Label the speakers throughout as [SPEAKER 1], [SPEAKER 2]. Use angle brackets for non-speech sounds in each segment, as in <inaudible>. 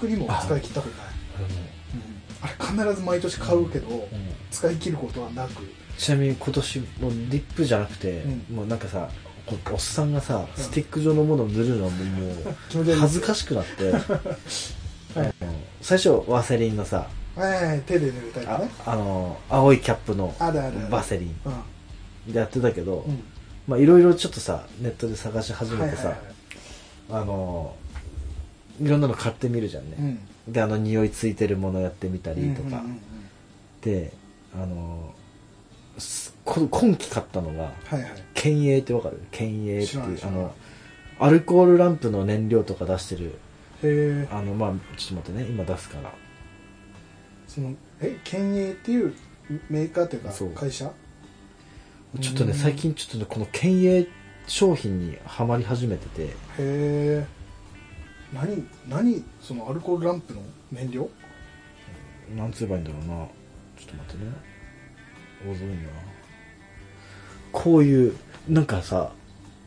[SPEAKER 1] クリームを使い切ったことない
[SPEAKER 2] あれも
[SPEAKER 1] うんあれ必ず毎年買うけど
[SPEAKER 2] うん
[SPEAKER 1] 使い切ることはなく
[SPEAKER 2] ちなみに今年もうリップじゃなくて、
[SPEAKER 1] う
[SPEAKER 2] もうなんかさこうおっさんがさスティック状のものを塗るのはもうもう
[SPEAKER 1] 気持ち悪い
[SPEAKER 2] 恥ずかしく
[SPEAKER 1] <laughs>
[SPEAKER 2] なって、あの最初ワセリンのさ
[SPEAKER 1] はいはいはい手で塗るタイプ
[SPEAKER 2] あ
[SPEAKER 1] ね
[SPEAKER 2] あの青いキャップの
[SPEAKER 1] あるあるある
[SPEAKER 2] バセリン
[SPEAKER 1] う
[SPEAKER 2] でやってたけど、
[SPEAKER 1] ん
[SPEAKER 2] まあいろいろちょっとさネットで探し始
[SPEAKER 1] うん
[SPEAKER 2] め
[SPEAKER 1] はい
[SPEAKER 2] て
[SPEAKER 1] はい
[SPEAKER 2] さ、
[SPEAKER 1] はい
[SPEAKER 2] あのいろんなの買ってみるじゃんね、
[SPEAKER 1] うん
[SPEAKER 2] であの匂いついてるものやってみたりとか、
[SPEAKER 1] うんうんうんうん
[SPEAKER 2] であのすこ今期買ったのが
[SPEAKER 1] はいはい
[SPEAKER 2] 県営ってわかる県営って
[SPEAKER 1] 知ら
[SPEAKER 2] い
[SPEAKER 1] ないう知
[SPEAKER 2] あ
[SPEAKER 1] らない
[SPEAKER 2] のアルコールランプの燃料とか出してる
[SPEAKER 1] へえ
[SPEAKER 2] あのまあちょっと待ってね今出すから
[SPEAKER 1] そのえ県営っていうメーカーというか
[SPEAKER 2] そう
[SPEAKER 1] 会社
[SPEAKER 2] ちょっとね
[SPEAKER 1] うん
[SPEAKER 2] 最近ちょっとねこの県営商品にはまり始めてて
[SPEAKER 1] へえ何何そのアルコールランプの燃料
[SPEAKER 2] なんつえばいいんだろうなちょっと待ってね大ぞいなこういうなんかさ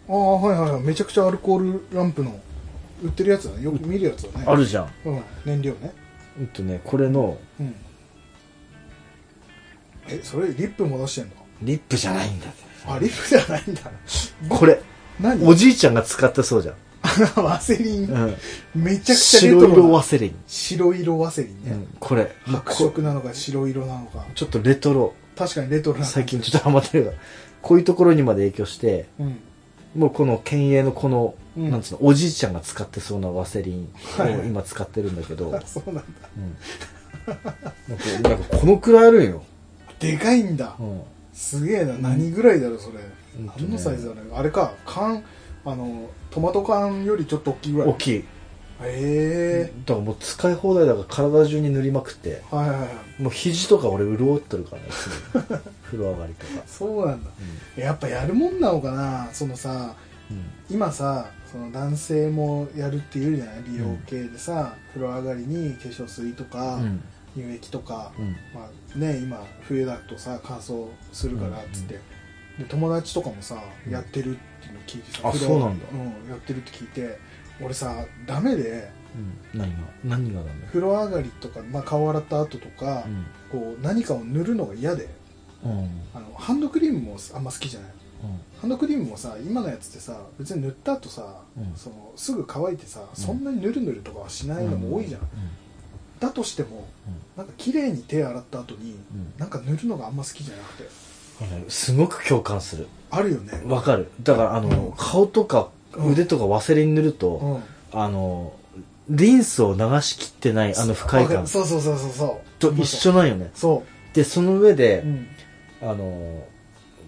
[SPEAKER 1] ああはいはいはいめちゃくちゃアルコールランプの売ってるやつだねよく見るやつだね
[SPEAKER 2] あるじゃん
[SPEAKER 1] うん燃料ね
[SPEAKER 2] うんとねこれの
[SPEAKER 1] うんえそれリップも出してんの
[SPEAKER 2] リップじゃないんだって
[SPEAKER 1] あリップじゃないん
[SPEAKER 2] <laughs>
[SPEAKER 1] だ
[SPEAKER 2] これ
[SPEAKER 1] 何
[SPEAKER 2] おじいちゃんが使ったそうじゃん、
[SPEAKER 1] ワセリン
[SPEAKER 2] うん、
[SPEAKER 1] めちゃくちゃレトロ
[SPEAKER 2] 白色ワ
[SPEAKER 1] な
[SPEAKER 2] セリン、
[SPEAKER 1] 白色ワセリン
[SPEAKER 2] う
[SPEAKER 1] ね
[SPEAKER 2] ん、これもう
[SPEAKER 1] 白色
[SPEAKER 2] こ
[SPEAKER 1] なのか白色なのか
[SPEAKER 2] ちょっとレトロ
[SPEAKER 1] 確かにレトロな
[SPEAKER 2] 最近ちょっとハマってるからこういうところにまで影響して
[SPEAKER 1] うん
[SPEAKER 2] もうこの県営のこの、
[SPEAKER 1] うん
[SPEAKER 2] なんつうのおじいちゃんが使ってそうなワセリン
[SPEAKER 1] はい
[SPEAKER 2] を今使ってるんだけ
[SPEAKER 1] <laughs>
[SPEAKER 2] ど、
[SPEAKER 1] あそうなんだ
[SPEAKER 2] うんなんかなんかこのくらいあるんよ、
[SPEAKER 1] でかいんだ
[SPEAKER 2] うん
[SPEAKER 1] すげえな何ぐらいだろうそれ
[SPEAKER 2] うんとね
[SPEAKER 1] 何のサイズだろうあれか缶あのトマト缶よりちょっと大きいぐら
[SPEAKER 2] 大
[SPEAKER 1] い
[SPEAKER 2] きいだ
[SPEAKER 1] へえ
[SPEAKER 2] からもう使い放題だから体中に塗りまくって
[SPEAKER 1] はいはいはい
[SPEAKER 2] もう肘とか俺潤ってるからねいつ
[SPEAKER 1] <laughs>
[SPEAKER 2] も風呂上がりとか、
[SPEAKER 1] そうなんだ
[SPEAKER 2] う
[SPEAKER 1] やっぱやるもんなのかなそのさ
[SPEAKER 2] んうん
[SPEAKER 1] 今さその男性もやるっていうじゃない美容系でさ、風呂上がりに化粧水とか、
[SPEAKER 2] うん
[SPEAKER 1] 乳液とか、
[SPEAKER 2] うん
[SPEAKER 1] まあね今冬だとさ乾燥するからっつって、で友達とかもさ
[SPEAKER 2] うん
[SPEAKER 1] やってるっていうのを聞いてさ、
[SPEAKER 2] あ
[SPEAKER 1] 風呂
[SPEAKER 2] そうなんだ
[SPEAKER 1] うん、やってるって聞いて俺さダメで
[SPEAKER 2] うん、何が何がだね、
[SPEAKER 1] 風呂上がりとか、まあ、顔洗った後とか、こう何かを塗るのが嫌で
[SPEAKER 2] うんうん
[SPEAKER 1] あのハンドクリームもあんま好きじゃない
[SPEAKER 2] うん
[SPEAKER 1] ハンドクリームもさ今のやつってさ別に塗った後さ、
[SPEAKER 2] うん
[SPEAKER 1] そのすぐ乾いてさ、そんなにぬるぬるとかはしないのも多いじゃん、だとしてもなんか綺麗に手洗った後に、
[SPEAKER 2] うん
[SPEAKER 1] なんか塗るのがあんま好きじゃなくて
[SPEAKER 2] うんうんすごく共感する
[SPEAKER 1] あるよね
[SPEAKER 2] わかるだからあの、
[SPEAKER 1] うん
[SPEAKER 2] 顔とか腕とかワセリン塗ると、
[SPEAKER 1] うん
[SPEAKER 2] あのリンスを流しきってないあの不快
[SPEAKER 1] わか
[SPEAKER 2] 感
[SPEAKER 1] るそうそうそうそうそう
[SPEAKER 2] と一緒なんよね
[SPEAKER 1] そ
[SPEAKER 2] でその上で
[SPEAKER 1] う、、
[SPEAKER 2] あの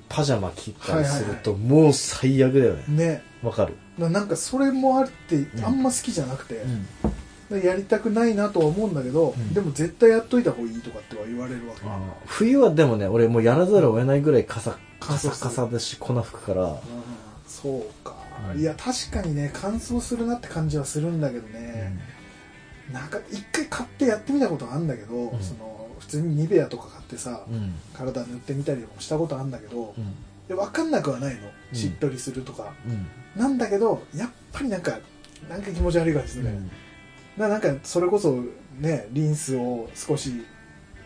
[SPEAKER 2] パジャマ着たりすると、もう最悪だよね
[SPEAKER 1] うん、ね
[SPEAKER 2] わかる、
[SPEAKER 1] ななんかそれもあって
[SPEAKER 2] ん
[SPEAKER 1] あんま好きじゃなくて、でやりたくないなとは思うんだけど、
[SPEAKER 2] ん
[SPEAKER 1] でも絶対やっといた方がいいとかっては言われるわけ、
[SPEAKER 2] あの冬はでもね俺もうやらざるを得ないぐらいカサ
[SPEAKER 1] 乾
[SPEAKER 2] カ
[SPEAKER 1] 燥す
[SPEAKER 2] サ
[SPEAKER 1] る
[SPEAKER 2] カサだし粉吹くから、
[SPEAKER 1] うんそうか、
[SPEAKER 2] うん
[SPEAKER 1] いや確かにね乾燥するなって感じはするんだけどね、なんか一回買ってやってみたことあるんだけど、
[SPEAKER 2] ん
[SPEAKER 1] その普通にニベアとか買ってさ、
[SPEAKER 2] うん
[SPEAKER 1] 体塗ってみたりもしたことあるんだけど、
[SPEAKER 2] うん
[SPEAKER 1] で分かんなくはないの
[SPEAKER 2] うん
[SPEAKER 1] しっとりするとか、
[SPEAKER 2] うん
[SPEAKER 1] なんだけどやっぱりなんかなんか気持ち悪い感じするね、
[SPEAKER 2] うん
[SPEAKER 1] ななんかそれこそねリンスを少し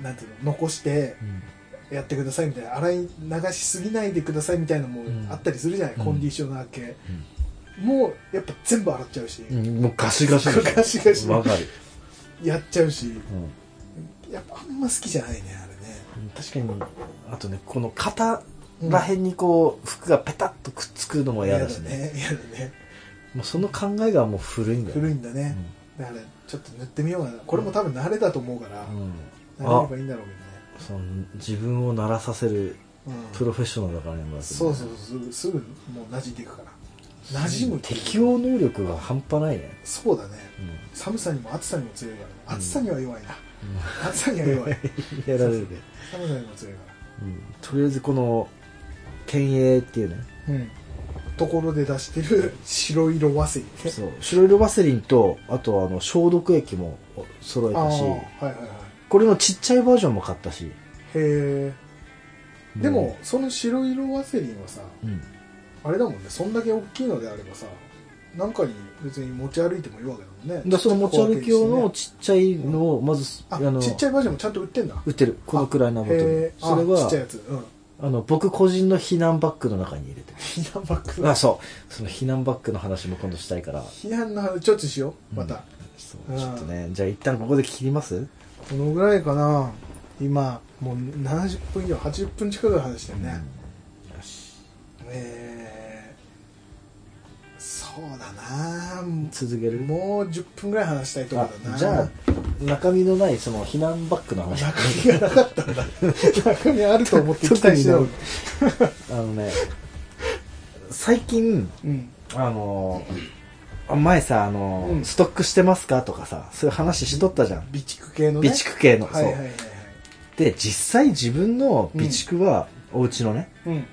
[SPEAKER 1] なんていうの残して
[SPEAKER 2] うん
[SPEAKER 1] やってくださいみたいな洗い流しすぎないでくださいみたいなのもあったりするじゃない、
[SPEAKER 2] うん
[SPEAKER 1] コンディショナー系、もうやっぱ全部洗っちゃうし、
[SPEAKER 2] うんもうガシガシでしょ
[SPEAKER 1] ガシガシ
[SPEAKER 2] わかる、
[SPEAKER 1] やっちゃうし
[SPEAKER 2] うん
[SPEAKER 1] やっぱあんま好きじゃないねあれね
[SPEAKER 2] 確かにあとねこの肩らへんにこう服がペタッとくっつくのも嫌だしね
[SPEAKER 1] 嫌だね嫌だね
[SPEAKER 2] もうその考えがもう古いんだよ
[SPEAKER 1] 古いんだね、だからちょっと塗ってみようかなこれも多分慣れだと思うから、
[SPEAKER 2] うん、
[SPEAKER 1] 慣れればいいんだろうけどね
[SPEAKER 2] その自分を慣らさせる
[SPEAKER 1] うん
[SPEAKER 2] プロフェッショナルだからね村田君
[SPEAKER 1] そうそうそうすぐすぐもう馴染んでいくから馴染むっていう
[SPEAKER 2] 適応能力が半端ないね、
[SPEAKER 1] そうだね
[SPEAKER 2] うん
[SPEAKER 1] 寒さにも暑さにも強いからね
[SPEAKER 2] うん
[SPEAKER 1] 暑さには弱いな、
[SPEAKER 2] うん
[SPEAKER 1] 暑さには
[SPEAKER 2] <laughs>
[SPEAKER 1] 弱い
[SPEAKER 2] やられるで、
[SPEAKER 1] 寒さにも強いか
[SPEAKER 2] うん、とりあえずこの県営っていうね
[SPEAKER 1] らうんところで出してる <laughs> 白色ワセリンね
[SPEAKER 2] そう白色ワセリンとあとあの消毒液も揃え
[SPEAKER 1] ああ
[SPEAKER 2] たし
[SPEAKER 1] はいはいはい
[SPEAKER 2] これのちっちゃいバージョンも買ったし
[SPEAKER 1] へえでも、その白色ワセリンはさ
[SPEAKER 2] うん、
[SPEAKER 1] あれだもんねそんだけ大きいのであればさ何回に別に持ち歩いてもいいわけだもんね
[SPEAKER 2] だからその持ち歩き用の
[SPEAKER 1] ち
[SPEAKER 2] ちっちゃいのをまず、
[SPEAKER 1] あ
[SPEAKER 2] あの
[SPEAKER 1] ちっちゃいバージョンもちゃんと売ってんだ
[SPEAKER 2] 売ってるこのくらいのボトル
[SPEAKER 1] へー
[SPEAKER 2] それ
[SPEAKER 1] あちっ
[SPEAKER 2] は
[SPEAKER 1] ちゃいやつうん
[SPEAKER 2] あの僕個人の避難バッグの中に入れてる
[SPEAKER 1] 避難バッグ
[SPEAKER 2] あそうその避難バッグの話も今度したいから
[SPEAKER 1] 避難の話ちょっとしようま
[SPEAKER 2] うん
[SPEAKER 1] た、
[SPEAKER 2] そうちょっとねじゃあ一旦ここで切ります
[SPEAKER 1] このぐらいかな今もう70分以上80分近く話したよね、
[SPEAKER 2] うんよし
[SPEAKER 1] えーそうだな
[SPEAKER 2] 続ける
[SPEAKER 1] もう10分ぐらい話したいとこ
[SPEAKER 2] あ
[SPEAKER 1] ろだな
[SPEAKER 2] じゃあ中身のないその避難バッグの話
[SPEAKER 1] 中身がなかったんだ中身あると思って期待してたのに
[SPEAKER 2] あのね最近
[SPEAKER 1] うん
[SPEAKER 2] あのー前さあのー、
[SPEAKER 1] うん
[SPEAKER 2] ストックしてますかとかさそういう話しとったじゃん、
[SPEAKER 1] 備蓄系のね
[SPEAKER 2] 備蓄系の、
[SPEAKER 1] はいはいは
[SPEAKER 2] そ
[SPEAKER 1] いうはい
[SPEAKER 2] で実際自分の備蓄は、お家のね
[SPEAKER 1] うん、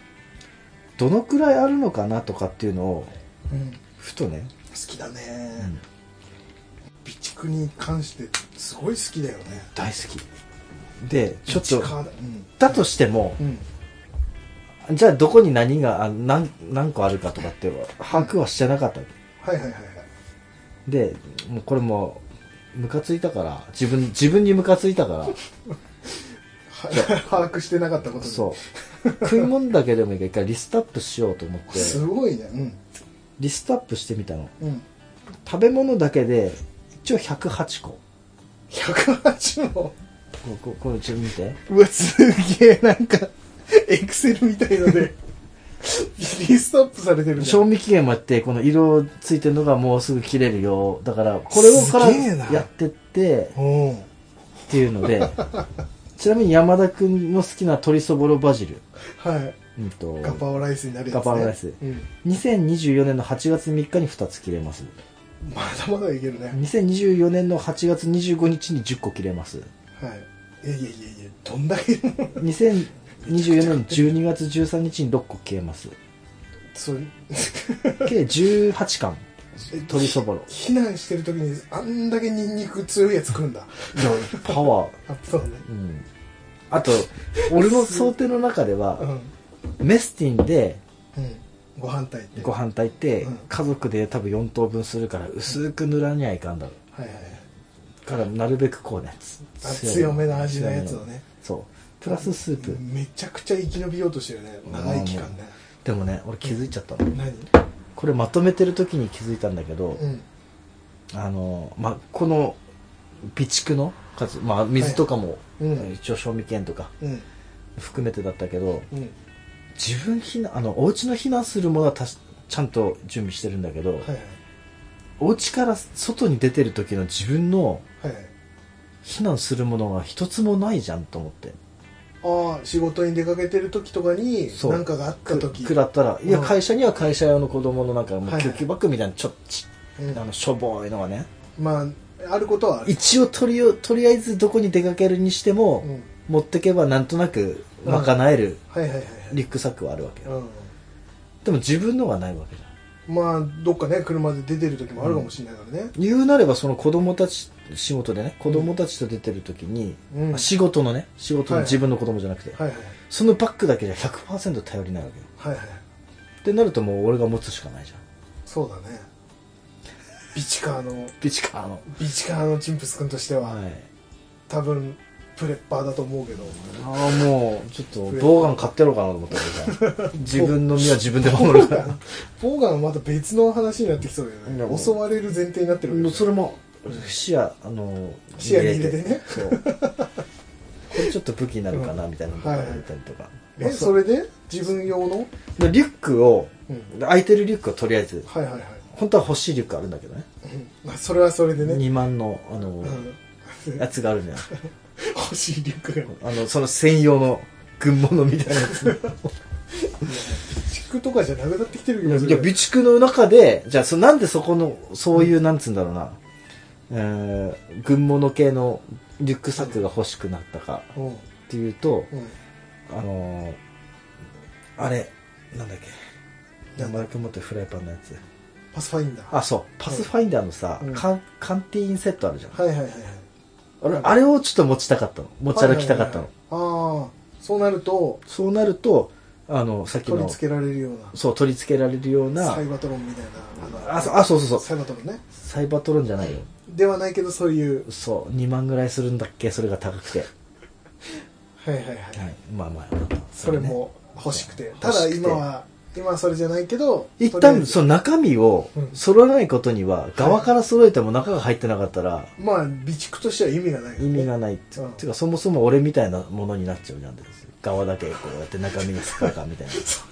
[SPEAKER 2] どのくらいあるのかなとかっていうのを
[SPEAKER 1] うん、好
[SPEAKER 2] ふとね、
[SPEAKER 1] きだね、備蓄に関してすごい好きだよね
[SPEAKER 2] 大好きでちょっと
[SPEAKER 1] 備蓄うん
[SPEAKER 2] だとしても
[SPEAKER 1] う、ん
[SPEAKER 2] じゃあどこに何があ何何個あるかとかって把握はしてなかった
[SPEAKER 1] はいはいはいはい
[SPEAKER 2] でもうこれもうムカついたから自分自分にムカついたから
[SPEAKER 1] は <laughs> 把握してなかったことに
[SPEAKER 2] そう。食い物だけでもいいから一回リストアップしようと思って、
[SPEAKER 1] すごいねうん
[SPEAKER 2] リストアップしてみたの。
[SPEAKER 1] うん
[SPEAKER 2] 食べ物だけで、一応108個。こ
[SPEAKER 1] 108も
[SPEAKER 2] うこうこれ一応見て。
[SPEAKER 1] うわすげえなんかエクセルみたいのでリストアップされてるね
[SPEAKER 2] 賞味期限もあって、この色ついてるのがもうすぐ切れるよ。だから、これをから
[SPEAKER 1] すげえな
[SPEAKER 2] やってって、
[SPEAKER 1] うん
[SPEAKER 2] っていうので、 <laughs> ちなみに山田くんの好きな鶏そぼろバジル。
[SPEAKER 1] はい
[SPEAKER 2] うんと、
[SPEAKER 1] ガパオライスになるやつ、ね、
[SPEAKER 2] ガパオライス
[SPEAKER 1] うん、
[SPEAKER 2] 2024年の8月3日に2つ切れます。
[SPEAKER 1] まだまだいけるね、
[SPEAKER 2] 2024年の8月25日に10個切れます。
[SPEAKER 1] はいいやいやいやいやどんだけ
[SPEAKER 2] 2024年12月13日に6個消えます
[SPEAKER 1] そう
[SPEAKER 2] 計18巻
[SPEAKER 1] え
[SPEAKER 2] 鶏そぼろ
[SPEAKER 1] 避難してる時にあんだけニンニク強いやつ食うんだ
[SPEAKER 2] パワー
[SPEAKER 1] あそうね
[SPEAKER 2] うんあと俺の想定の中で
[SPEAKER 1] う
[SPEAKER 2] は
[SPEAKER 1] ん
[SPEAKER 2] メスティンで
[SPEAKER 1] うんご飯炊いて
[SPEAKER 2] ご飯炊いて
[SPEAKER 1] うん
[SPEAKER 2] 家族で多分4等分するから薄く塗らにゃいかんだろ
[SPEAKER 1] はいはいはい
[SPEAKER 2] だからなるべくこうねつ
[SPEAKER 1] あ強めの味のやつを
[SPEAKER 2] 強めの
[SPEAKER 1] ね
[SPEAKER 2] そうプラススープ
[SPEAKER 1] めちゃくちゃ生き延びようとしてるね長い期間ね
[SPEAKER 2] でもね俺気づいちゃったの
[SPEAKER 1] 何
[SPEAKER 2] これまとめてる時に気づいたんだけど
[SPEAKER 1] うん
[SPEAKER 2] あの、まあ、この備蓄の数、まあ、水とかも、
[SPEAKER 1] いうん
[SPEAKER 2] 一応賞味期限とか
[SPEAKER 1] うん
[SPEAKER 2] 含めてだったけど
[SPEAKER 1] うん
[SPEAKER 2] 自分避難あのお家の避難するものはたしちゃんと準備してるんだけど、
[SPEAKER 1] はい
[SPEAKER 2] お家から外に出てる時の自分の
[SPEAKER 1] はいはい
[SPEAKER 2] 避難するものが一つもないじゃんと思って
[SPEAKER 1] ああ仕事に出かけてる時とかに
[SPEAKER 2] そう
[SPEAKER 1] 何かがあった
[SPEAKER 2] く
[SPEAKER 1] 時
[SPEAKER 2] 食らったらいや
[SPEAKER 1] うん
[SPEAKER 2] 会社には会社用の子供のなんかも
[SPEAKER 1] はいは
[SPEAKER 2] う救
[SPEAKER 1] い
[SPEAKER 2] 急バッグみたいなちょっち
[SPEAKER 1] うん
[SPEAKER 2] あのしょぼいのがね
[SPEAKER 1] まああることはある
[SPEAKER 2] 一応とりよとりあえずどこに出かけるにしても、
[SPEAKER 1] うん
[SPEAKER 2] 持ってけばなんとなく賄える
[SPEAKER 1] はいはいはいはい
[SPEAKER 2] リュックサックはあるわけよ
[SPEAKER 1] う
[SPEAKER 2] でも自分のはないわけじゃん
[SPEAKER 1] んまあどっかね車で出てる時もあるかもしれないからね
[SPEAKER 2] 言うなればその子供たち仕事でね子供たちと出てる時に、
[SPEAKER 1] うん
[SPEAKER 2] あ仕事のね仕事の
[SPEAKER 1] はい
[SPEAKER 2] 自分の子供じゃなくて、
[SPEAKER 1] はいはい
[SPEAKER 2] そのバッグだけじゃ100%頼りないわけよ
[SPEAKER 1] はいはい
[SPEAKER 2] ってなるともう俺が持つしかないじゃん
[SPEAKER 1] そうだねビチカーの
[SPEAKER 2] ビチカーの
[SPEAKER 1] ビチカーのチンプス君としては
[SPEAKER 2] はい
[SPEAKER 1] 多分プレッパーだと思うけど
[SPEAKER 2] ああもうちょっとボーガン買ってやろうかなと思ったけどさ <laughs> 自分の身は自分で守る <laughs> から
[SPEAKER 1] ボーガンはまた別の話になってきそうだ
[SPEAKER 2] いや
[SPEAKER 1] よ
[SPEAKER 2] もう
[SPEAKER 1] ね襲われる前提になってるわけ
[SPEAKER 2] も
[SPEAKER 1] だ
[SPEAKER 2] うそれも視野あの
[SPEAKER 1] 視野に入れてね
[SPEAKER 2] そうこれちょっと武器になるかなみたいなのとか入れたりとか、ま
[SPEAKER 1] え
[SPEAKER 2] あ
[SPEAKER 1] それで自分用の、
[SPEAKER 2] でリュックを
[SPEAKER 1] うん、
[SPEAKER 2] 空いてるリュックをとりあえず
[SPEAKER 1] はいはいはい、
[SPEAKER 2] 本当は欲しいリュックあるんだけどね
[SPEAKER 1] うんまあ、それはそれでね、
[SPEAKER 2] 2万のあの、
[SPEAKER 1] うん、
[SPEAKER 2] やつがあるじゃん
[SPEAKER 1] 欲しいリュックが
[SPEAKER 2] あのその専用の軍物みたいなやつ
[SPEAKER 1] 地区とかじゃなくなってきてる
[SPEAKER 2] い
[SPEAKER 1] け
[SPEAKER 2] や
[SPEAKER 1] ど
[SPEAKER 2] 備蓄の中でじゃあそなんでそこのそういう、なんつうんだろうな、えー軍物系のリュックサックが欲しくなったか
[SPEAKER 1] うんうん
[SPEAKER 2] っていうと、あのー、あれ、なんだっけ。山田君持ってるフライパンのやつ。
[SPEAKER 1] パスファインダーは
[SPEAKER 2] あ、そう。パスファインダーのさ、
[SPEAKER 1] うん
[SPEAKER 2] カンカンティーンセットあるじゃん。
[SPEAKER 1] いはいはいはい
[SPEAKER 2] 俺、あれをちょっと持ちたかったの。持ち歩きたかったの。
[SPEAKER 1] はいはいはいはいああそうなると
[SPEAKER 2] そうなると、あのさっき
[SPEAKER 1] 取り
[SPEAKER 2] の
[SPEAKER 1] 付けられるよう
[SPEAKER 2] そう取り付けられるよう
[SPEAKER 1] な
[SPEAKER 2] な
[SPEAKER 1] サイバトロンみたいな
[SPEAKER 2] あそうあそうそうそう
[SPEAKER 1] サイバトロンね
[SPEAKER 2] サイバトロンじゃないよ
[SPEAKER 1] ではないけどそういう
[SPEAKER 2] そう2万ぐらいするんだっけそれが高くて、
[SPEAKER 1] はいはいはい、
[SPEAKER 2] はい、まあまあ
[SPEAKER 1] それも欲しくて
[SPEAKER 2] そ
[SPEAKER 1] た
[SPEAKER 2] う
[SPEAKER 1] だ
[SPEAKER 2] 欲しくて
[SPEAKER 1] 今は今はそれじゃないけど
[SPEAKER 2] 一
[SPEAKER 1] とりあえ
[SPEAKER 2] 旦
[SPEAKER 1] ず
[SPEAKER 2] その中身を
[SPEAKER 1] うん
[SPEAKER 2] 揃えないことには、側から揃えても中が入ってなかったら
[SPEAKER 1] まあ備蓄としては意味がないよ
[SPEAKER 2] 意
[SPEAKER 1] ね、
[SPEAKER 2] 味がないって,、
[SPEAKER 1] うん
[SPEAKER 2] いうかそもそも俺みたいなものになっちゃうじゃんです側だけこうやって中身に使うかみたい
[SPEAKER 1] <laughs>
[SPEAKER 2] な
[SPEAKER 1] そ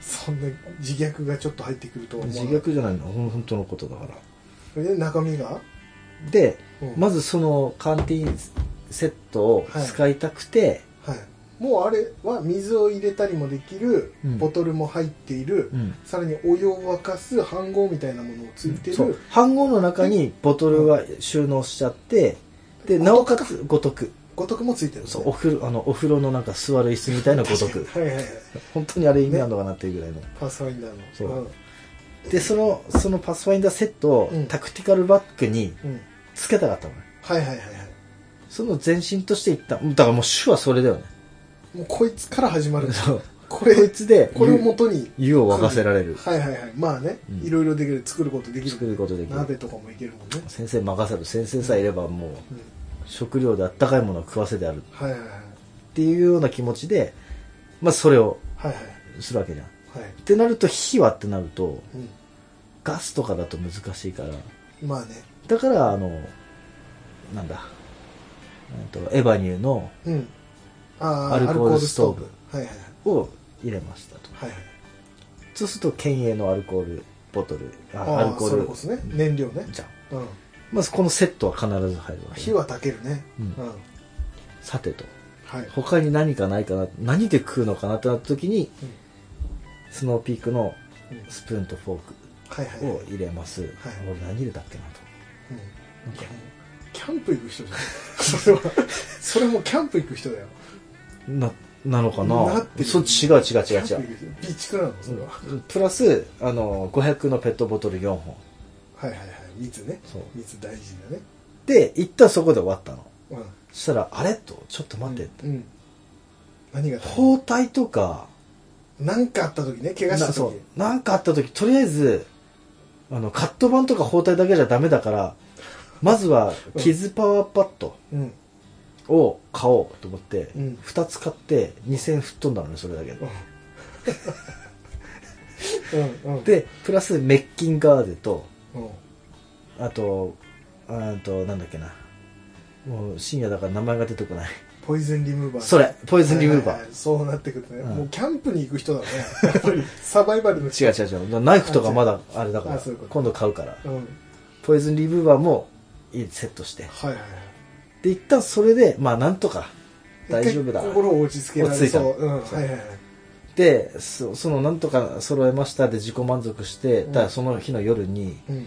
[SPEAKER 1] そんな自虐がちょっと入ってくるとは思
[SPEAKER 2] 自
[SPEAKER 1] わない
[SPEAKER 2] 虐じゃないのほん本当のことだから
[SPEAKER 1] それで中身が、
[SPEAKER 2] で、
[SPEAKER 1] うん
[SPEAKER 2] まずそのカンティーンセットを使いたくて、
[SPEAKER 1] はい、もうあれは水を入れたりもできる、
[SPEAKER 2] うん
[SPEAKER 1] ボトルも入っている、
[SPEAKER 2] うん
[SPEAKER 1] さらにお湯を沸かす飯盒みたいなものをついてる、
[SPEAKER 2] そう飯盒の中にボトルが収納しちゃって、でなおかつごとく
[SPEAKER 1] ごとくもついてるんです
[SPEAKER 2] そ
[SPEAKER 1] ね
[SPEAKER 2] うお風呂あのお風呂のなんか座る椅子みたいなごとく
[SPEAKER 1] <laughs> はいはいはい
[SPEAKER 2] 本当にあれ意味あるのかなっていうぐらいの、
[SPEAKER 1] パスファインダーの
[SPEAKER 2] そうでそのそのパスファインダーセットを
[SPEAKER 1] うん
[SPEAKER 2] タクティカルバッグに
[SPEAKER 1] うん、うん、
[SPEAKER 2] 付けたかったのね
[SPEAKER 1] はいはいはいは
[SPEAKER 2] その前身としていっただからもう主はそれだよね
[SPEAKER 1] いもうこいつから始まるんだ
[SPEAKER 2] そう
[SPEAKER 1] これ
[SPEAKER 2] こいつで
[SPEAKER 1] これを元に
[SPEAKER 2] 湯を沸かせられる
[SPEAKER 1] はいはいはいまあね、
[SPEAKER 2] うん
[SPEAKER 1] いろいろできる作ることできる
[SPEAKER 2] 作ることできる
[SPEAKER 1] 鍋とかもいけるもんね、
[SPEAKER 2] 先生任せる先生さえいればもう
[SPEAKER 1] うん、
[SPEAKER 2] 食料であったかいものを食わせてあるっ
[SPEAKER 1] はいはいはい
[SPEAKER 2] ていうような気持ちでまあそれを
[SPEAKER 1] はいはい
[SPEAKER 2] するわけじゃんっ
[SPEAKER 1] はい、
[SPEAKER 2] てなると火はってなると
[SPEAKER 1] う
[SPEAKER 2] ガスとかだと難しいから
[SPEAKER 1] ん、まあね
[SPEAKER 2] だからあのなんだえっとエヴァニューの
[SPEAKER 1] うんあー
[SPEAKER 2] アルコ
[SPEAKER 1] ア
[SPEAKER 2] ール
[SPEAKER 1] ルコールストーブはいはい
[SPEAKER 2] を入れましたと
[SPEAKER 1] はいはい
[SPEAKER 2] そうすると県営のアルコールボトルあ
[SPEAKER 1] あ
[SPEAKER 2] ア
[SPEAKER 1] あ
[SPEAKER 2] ルコー
[SPEAKER 1] そ
[SPEAKER 2] ル
[SPEAKER 1] れこそね燃料ね
[SPEAKER 2] じゃん
[SPEAKER 1] うん
[SPEAKER 2] まずこのセットは必ず入るわけ
[SPEAKER 1] 火は焚けるね
[SPEAKER 2] う
[SPEAKER 1] うんん、はい
[SPEAKER 2] さてと他に何かないかな何で食うのかなってなった時に
[SPEAKER 1] うん
[SPEAKER 2] スノーピークの
[SPEAKER 1] うん
[SPEAKER 2] スプーンとフォ
[SPEAKER 1] は
[SPEAKER 2] ー
[SPEAKER 1] いはい
[SPEAKER 2] ク
[SPEAKER 1] はい
[SPEAKER 2] を入れます、俺何入れたっけなと
[SPEAKER 1] うんキャンプ行く人じゃん <laughs> それはそれもキャンプ行く人だよ
[SPEAKER 2] ななのかな
[SPEAKER 1] なってる
[SPEAKER 2] そう違う違う
[SPEAKER 1] キ
[SPEAKER 2] 違
[SPEAKER 1] ャ
[SPEAKER 2] う
[SPEAKER 1] ン
[SPEAKER 2] 違
[SPEAKER 1] プ行
[SPEAKER 2] う
[SPEAKER 1] く人備蓄なのそれは、
[SPEAKER 2] うんプラスあの500のペットボトル4本
[SPEAKER 1] はいはいはい蜜ね
[SPEAKER 2] そう
[SPEAKER 1] 蜜大事だね
[SPEAKER 2] で一旦そこで終わったの
[SPEAKER 1] うん
[SPEAKER 2] そしたら「あれ?」と「ちょっと待って」
[SPEAKER 1] うん、うん何が足り
[SPEAKER 2] 包帯とか
[SPEAKER 1] ないなんかあった時ね怪我
[SPEAKER 2] な
[SPEAKER 1] した
[SPEAKER 2] そ
[SPEAKER 1] 時
[SPEAKER 2] うなんかあった時とりあえずあのカット板とか包帯だけじゃダメだからまずは
[SPEAKER 1] うん
[SPEAKER 2] 傷パワーパッド
[SPEAKER 1] うん
[SPEAKER 2] を買おうと思って、
[SPEAKER 1] う
[SPEAKER 2] 二
[SPEAKER 1] ん
[SPEAKER 2] 2つ買って2000円吹っ飛んだのねそれだけで
[SPEAKER 1] うんうん
[SPEAKER 2] でプラスメッキンガーゼと
[SPEAKER 1] うん
[SPEAKER 2] あとあとなんだっけなもう深夜だから名前が出てこない
[SPEAKER 1] ポイズンリムーバー
[SPEAKER 2] それポイズンリムーバ
[SPEAKER 1] はいは
[SPEAKER 2] ー
[SPEAKER 1] いはいそうなってくるとね、
[SPEAKER 2] うん
[SPEAKER 1] もうキャンプに行く人だねやっぱりサバイバルの
[SPEAKER 2] 違う違う違うナイフとかまだあれだから
[SPEAKER 1] あそういうこと
[SPEAKER 2] 今度買うから
[SPEAKER 1] うん
[SPEAKER 2] ポイズンリムーバーもセットして
[SPEAKER 1] はいはいはい
[SPEAKER 2] で一旦それでまあなんとか大丈夫だ
[SPEAKER 1] 一回心を落ち着けられ
[SPEAKER 2] 落ち着いた
[SPEAKER 1] そう、うん、はいはいはい
[SPEAKER 2] でそそのなんとか揃えましたで自己満足して、
[SPEAKER 1] うん
[SPEAKER 2] ただその日の夜に
[SPEAKER 1] うん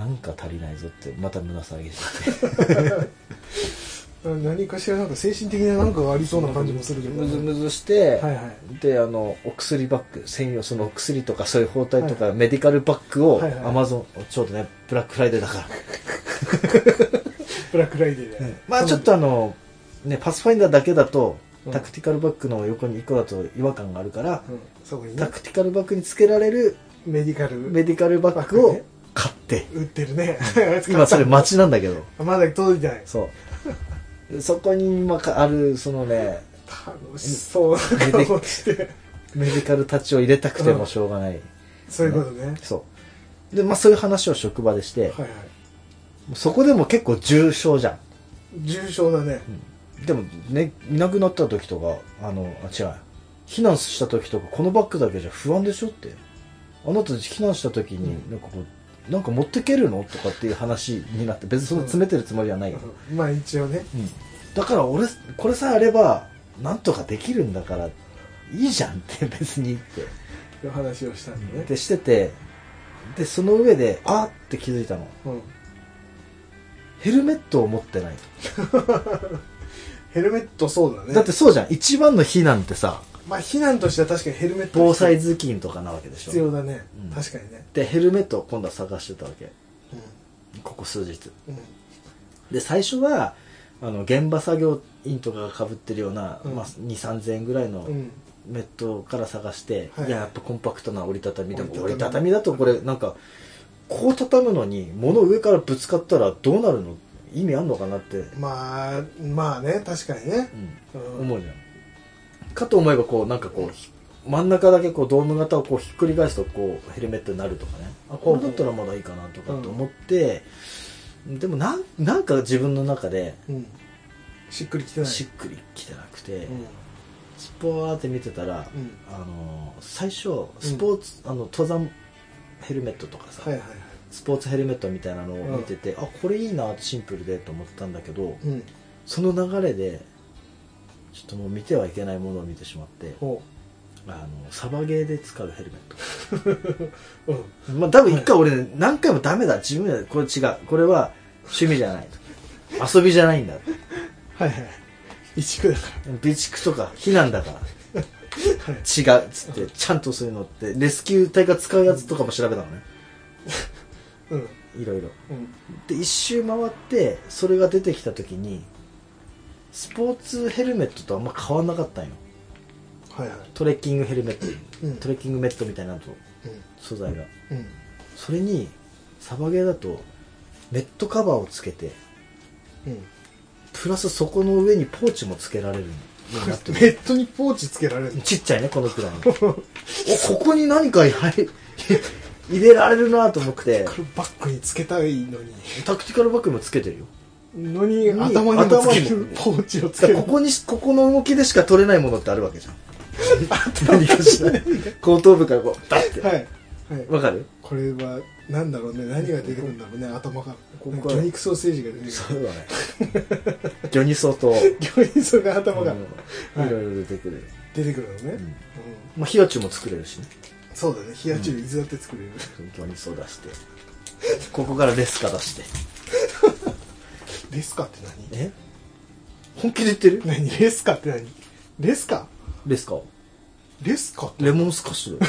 [SPEAKER 2] なんか足りないぞってまた胸騒ぎして
[SPEAKER 1] うん何かしらなんか精神的ななんかがありそうな感じもするけど、
[SPEAKER 2] むずむずして、
[SPEAKER 1] はいはい
[SPEAKER 2] であのお薬バッグ専用そのお薬とかそういう包帯とか、
[SPEAKER 1] は
[SPEAKER 2] メディカルバッグを
[SPEAKER 1] はいはい
[SPEAKER 2] アマゾンちょうどねブラックフライデーだから、
[SPEAKER 1] ブラックライデーで、
[SPEAKER 2] まあちょっとあのねパスファインダーだけだと、
[SPEAKER 1] うん
[SPEAKER 2] タクティカルバッグの横に1個だと違和感があるから、
[SPEAKER 1] うん、そこに
[SPEAKER 2] タ
[SPEAKER 1] ね
[SPEAKER 2] クティカルバッグに付けられる
[SPEAKER 1] メディカル
[SPEAKER 2] メディカルバッグ
[SPEAKER 1] バッグ
[SPEAKER 2] を
[SPEAKER 1] ね
[SPEAKER 2] 買って
[SPEAKER 1] 売ってるね <laughs>
[SPEAKER 2] 今それ待ちなんだけど
[SPEAKER 1] まだ届いてない
[SPEAKER 2] そう。 <laughs> そこに今かある、そのね、
[SPEAKER 1] 楽しそうな顔して
[SPEAKER 2] メディカルタッチを入れたくて
[SPEAKER 1] う
[SPEAKER 2] も
[SPEAKER 1] ん
[SPEAKER 2] しょうがない。
[SPEAKER 1] そういうことね
[SPEAKER 2] そう。で、まあそういう話を職場でして、
[SPEAKER 1] はいはい
[SPEAKER 2] そこでも結構重症じゃ
[SPEAKER 1] 重症だね、
[SPEAKER 2] ん。でもね、いなくなった時とか、あの、あ違う。避難した時とか、このバッグだけじゃ不安でしょって。あなた避難した時に、なんかこう、なんか持ってけるのとかっていう話になって、別にそんな詰めてるつもりはないよ。
[SPEAKER 1] うんまあ一応ね
[SPEAKER 2] うん、だから俺これさえあればなんとかできるんだからいいじゃんって <laughs> 別にっ
[SPEAKER 1] いう話をしたん
[SPEAKER 2] て
[SPEAKER 1] だね
[SPEAKER 2] でしててでその上であーって気づいたの
[SPEAKER 1] うん
[SPEAKER 2] ヘルメットを持ってない
[SPEAKER 1] ヘルメットそうだね
[SPEAKER 2] だってそうじゃん一番の避難ってさ
[SPEAKER 1] まあ避難としては確かにヘルメット
[SPEAKER 2] 防災頭巾とかなわけでし
[SPEAKER 1] 必
[SPEAKER 2] ょ
[SPEAKER 1] 要だね、
[SPEAKER 2] うん
[SPEAKER 1] 確かにね
[SPEAKER 2] でヘルメットを今度は探してたわけ
[SPEAKER 1] うん
[SPEAKER 2] ここ数日
[SPEAKER 1] うん
[SPEAKER 2] で最初はあの現場作業員とかがかぶってるような、
[SPEAKER 1] うん
[SPEAKER 2] まあ、2 3 0 0 0ぐらいの
[SPEAKER 1] うん
[SPEAKER 2] メットから探して、
[SPEAKER 1] はい
[SPEAKER 2] い、ややっぱコンパクトな折りたたみでも
[SPEAKER 1] 折
[SPEAKER 2] 折
[SPEAKER 1] り
[SPEAKER 2] り
[SPEAKER 1] た
[SPEAKER 2] た
[SPEAKER 1] た
[SPEAKER 2] た
[SPEAKER 1] み
[SPEAKER 2] みだとこれなんかこう畳むのに物上からぶつかったらどうなるの意味あんのかなって、
[SPEAKER 1] まあまあね確かにね、う
[SPEAKER 2] うん
[SPEAKER 1] ん
[SPEAKER 2] 思うじゃんかと思えばこうなんかこうひ真ん中だけこうドーム型をこうひっくり返すとこうヘルメットになるとかねあこれだったらまだいいかなとかと思って、でもなんなんか自分の中で
[SPEAKER 1] うんしっくりきてない
[SPEAKER 2] しっくりきてなくて、
[SPEAKER 1] うん
[SPEAKER 2] スポーって見てたら、
[SPEAKER 1] うん
[SPEAKER 2] あの最初スポーツ、あの登山ヘルメットとかさ、
[SPEAKER 1] はいはいはい
[SPEAKER 2] スポーツヘルメットみたいなのを見てて、あこれいいなシンプルでと思ったんだけど
[SPEAKER 1] うん
[SPEAKER 2] その流れでちょっともう見てはいけないものを見てしまって
[SPEAKER 1] ほ
[SPEAKER 2] あのサバゲーで使うヘルメ
[SPEAKER 1] ううん
[SPEAKER 2] ットまあ多分一回俺、ね、何回もダメだ自分でこれ違うこれは趣味じゃないと遊びじゃないんだ
[SPEAKER 1] はいはい一区だか
[SPEAKER 2] 備蓄とか避難だから
[SPEAKER 1] らはい
[SPEAKER 2] 違うっつってちゃんとそういうのってレスキュー隊が使うやつとかも調べたのね
[SPEAKER 1] うん
[SPEAKER 2] いろいろ
[SPEAKER 1] うん
[SPEAKER 2] で一周回ってそれが出てきた時にスポーツヘルメットとあんま変わんなかったんよ
[SPEAKER 1] はいはい
[SPEAKER 2] トレッキングヘルメット、
[SPEAKER 1] うん
[SPEAKER 2] トレッキングメットみたいなのと素材が
[SPEAKER 1] うんうん
[SPEAKER 2] それにサバゲーだとメットカバーをつけて
[SPEAKER 1] うん
[SPEAKER 2] プラスそこの上にポーチもつけられるようになって
[SPEAKER 1] ベ
[SPEAKER 2] る
[SPEAKER 1] ッドにポーチつけられる
[SPEAKER 2] ちっちゃいねこのくらいのおここに何か入れ入れられるなと思って
[SPEAKER 1] これバッグにつけたいのに
[SPEAKER 2] タクティカルバッグにもつけてるよ
[SPEAKER 1] のに頭にもつけるポーチをつける
[SPEAKER 2] ここにしここの動きでしか取れないものってあるわけじゃん何かしら後頭部からこうダッて
[SPEAKER 1] は
[SPEAKER 2] わ、
[SPEAKER 1] いはい
[SPEAKER 2] かる
[SPEAKER 1] これは何だろうね何が出てくるんだろうね頭から
[SPEAKER 2] ここから
[SPEAKER 1] 魚肉ソーセージが出てくる
[SPEAKER 2] そうだね魚に相当い
[SPEAKER 1] 魚肉ソーが頭から
[SPEAKER 2] ろいろ出てくる、
[SPEAKER 1] 出てくるのね、うん
[SPEAKER 2] まあ火落ちも作れるしね
[SPEAKER 1] そうだね冷や汁いつだって作れる、
[SPEAKER 2] 魚に相出してここからレスカ出して
[SPEAKER 1] レスカって何
[SPEAKER 2] え本気で言ってる
[SPEAKER 1] 何レスカって何レスカ
[SPEAKER 2] レスカ
[SPEAKER 1] レスカって
[SPEAKER 2] レモンスカッシュだ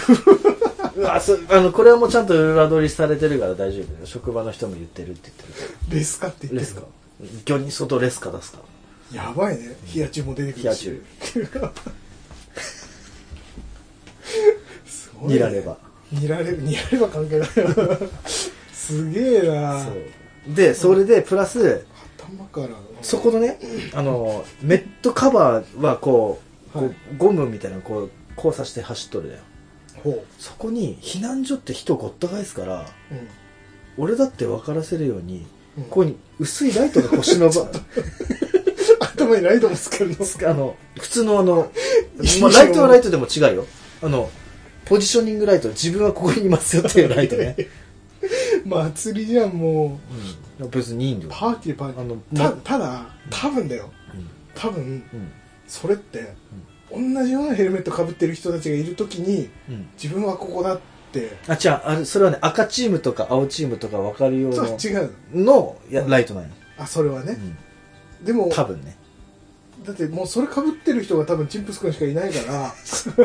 [SPEAKER 2] よ <laughs> うわそあのこれはもうちゃんと裏取りされてるから大丈夫だよ職場の人も言ってるって言ってる
[SPEAKER 1] レスカって言ってんの
[SPEAKER 2] レスカ魚に外レスカ出すから
[SPEAKER 1] やばいね冷や汁も出てくるし
[SPEAKER 2] 冷
[SPEAKER 1] すごいね
[SPEAKER 2] 煮られば
[SPEAKER 1] 煮られる煮られば関
[SPEAKER 2] <laughs>
[SPEAKER 1] 係ないわすげえな
[SPEAKER 2] そうでそれでプラス
[SPEAKER 1] 頭から
[SPEAKER 2] そこのねあのメットカバーはこうこ
[SPEAKER 1] は
[SPEAKER 2] う
[SPEAKER 1] い
[SPEAKER 2] ゴムみたいなのこう交差して走っとるだよ
[SPEAKER 1] ほ
[SPEAKER 2] そこに避難所って人ごった返すから
[SPEAKER 1] う、うん
[SPEAKER 2] 俺だって分からせるように
[SPEAKER 1] うん
[SPEAKER 2] ここに薄いライトが腰のば
[SPEAKER 1] 頭にライトもつけるの
[SPEAKER 2] あの普通のあの、
[SPEAKER 1] いい
[SPEAKER 2] まあ、ライトは
[SPEAKER 1] よ
[SPEAKER 2] ライトでも違うよあのポジショニングライト自分はここにいますよっていうライトね、
[SPEAKER 1] 祭りじゃんもう
[SPEAKER 2] <laughs> うん、別にいいんだよ、
[SPEAKER 1] パーティーパーティー
[SPEAKER 2] あの
[SPEAKER 1] たただ多分だよ多分
[SPEAKER 2] うん
[SPEAKER 1] それって、同じようなヘルメットかぶってる人たちがいるときに
[SPEAKER 2] うんうん
[SPEAKER 1] 自分はここだって
[SPEAKER 2] あ、違う、あれ、それはね、赤チームとか青チームとか分かるよう
[SPEAKER 1] そう
[SPEAKER 2] な
[SPEAKER 1] 違うの
[SPEAKER 2] のや
[SPEAKER 1] うん
[SPEAKER 2] ライトなんや。
[SPEAKER 1] あそれは
[SPEAKER 2] う
[SPEAKER 1] ね、
[SPEAKER 2] ん
[SPEAKER 1] でも
[SPEAKER 2] 多分ね。
[SPEAKER 1] だってもうそれかぶってる人が多分チンプス君しかいないから
[SPEAKER 2] うな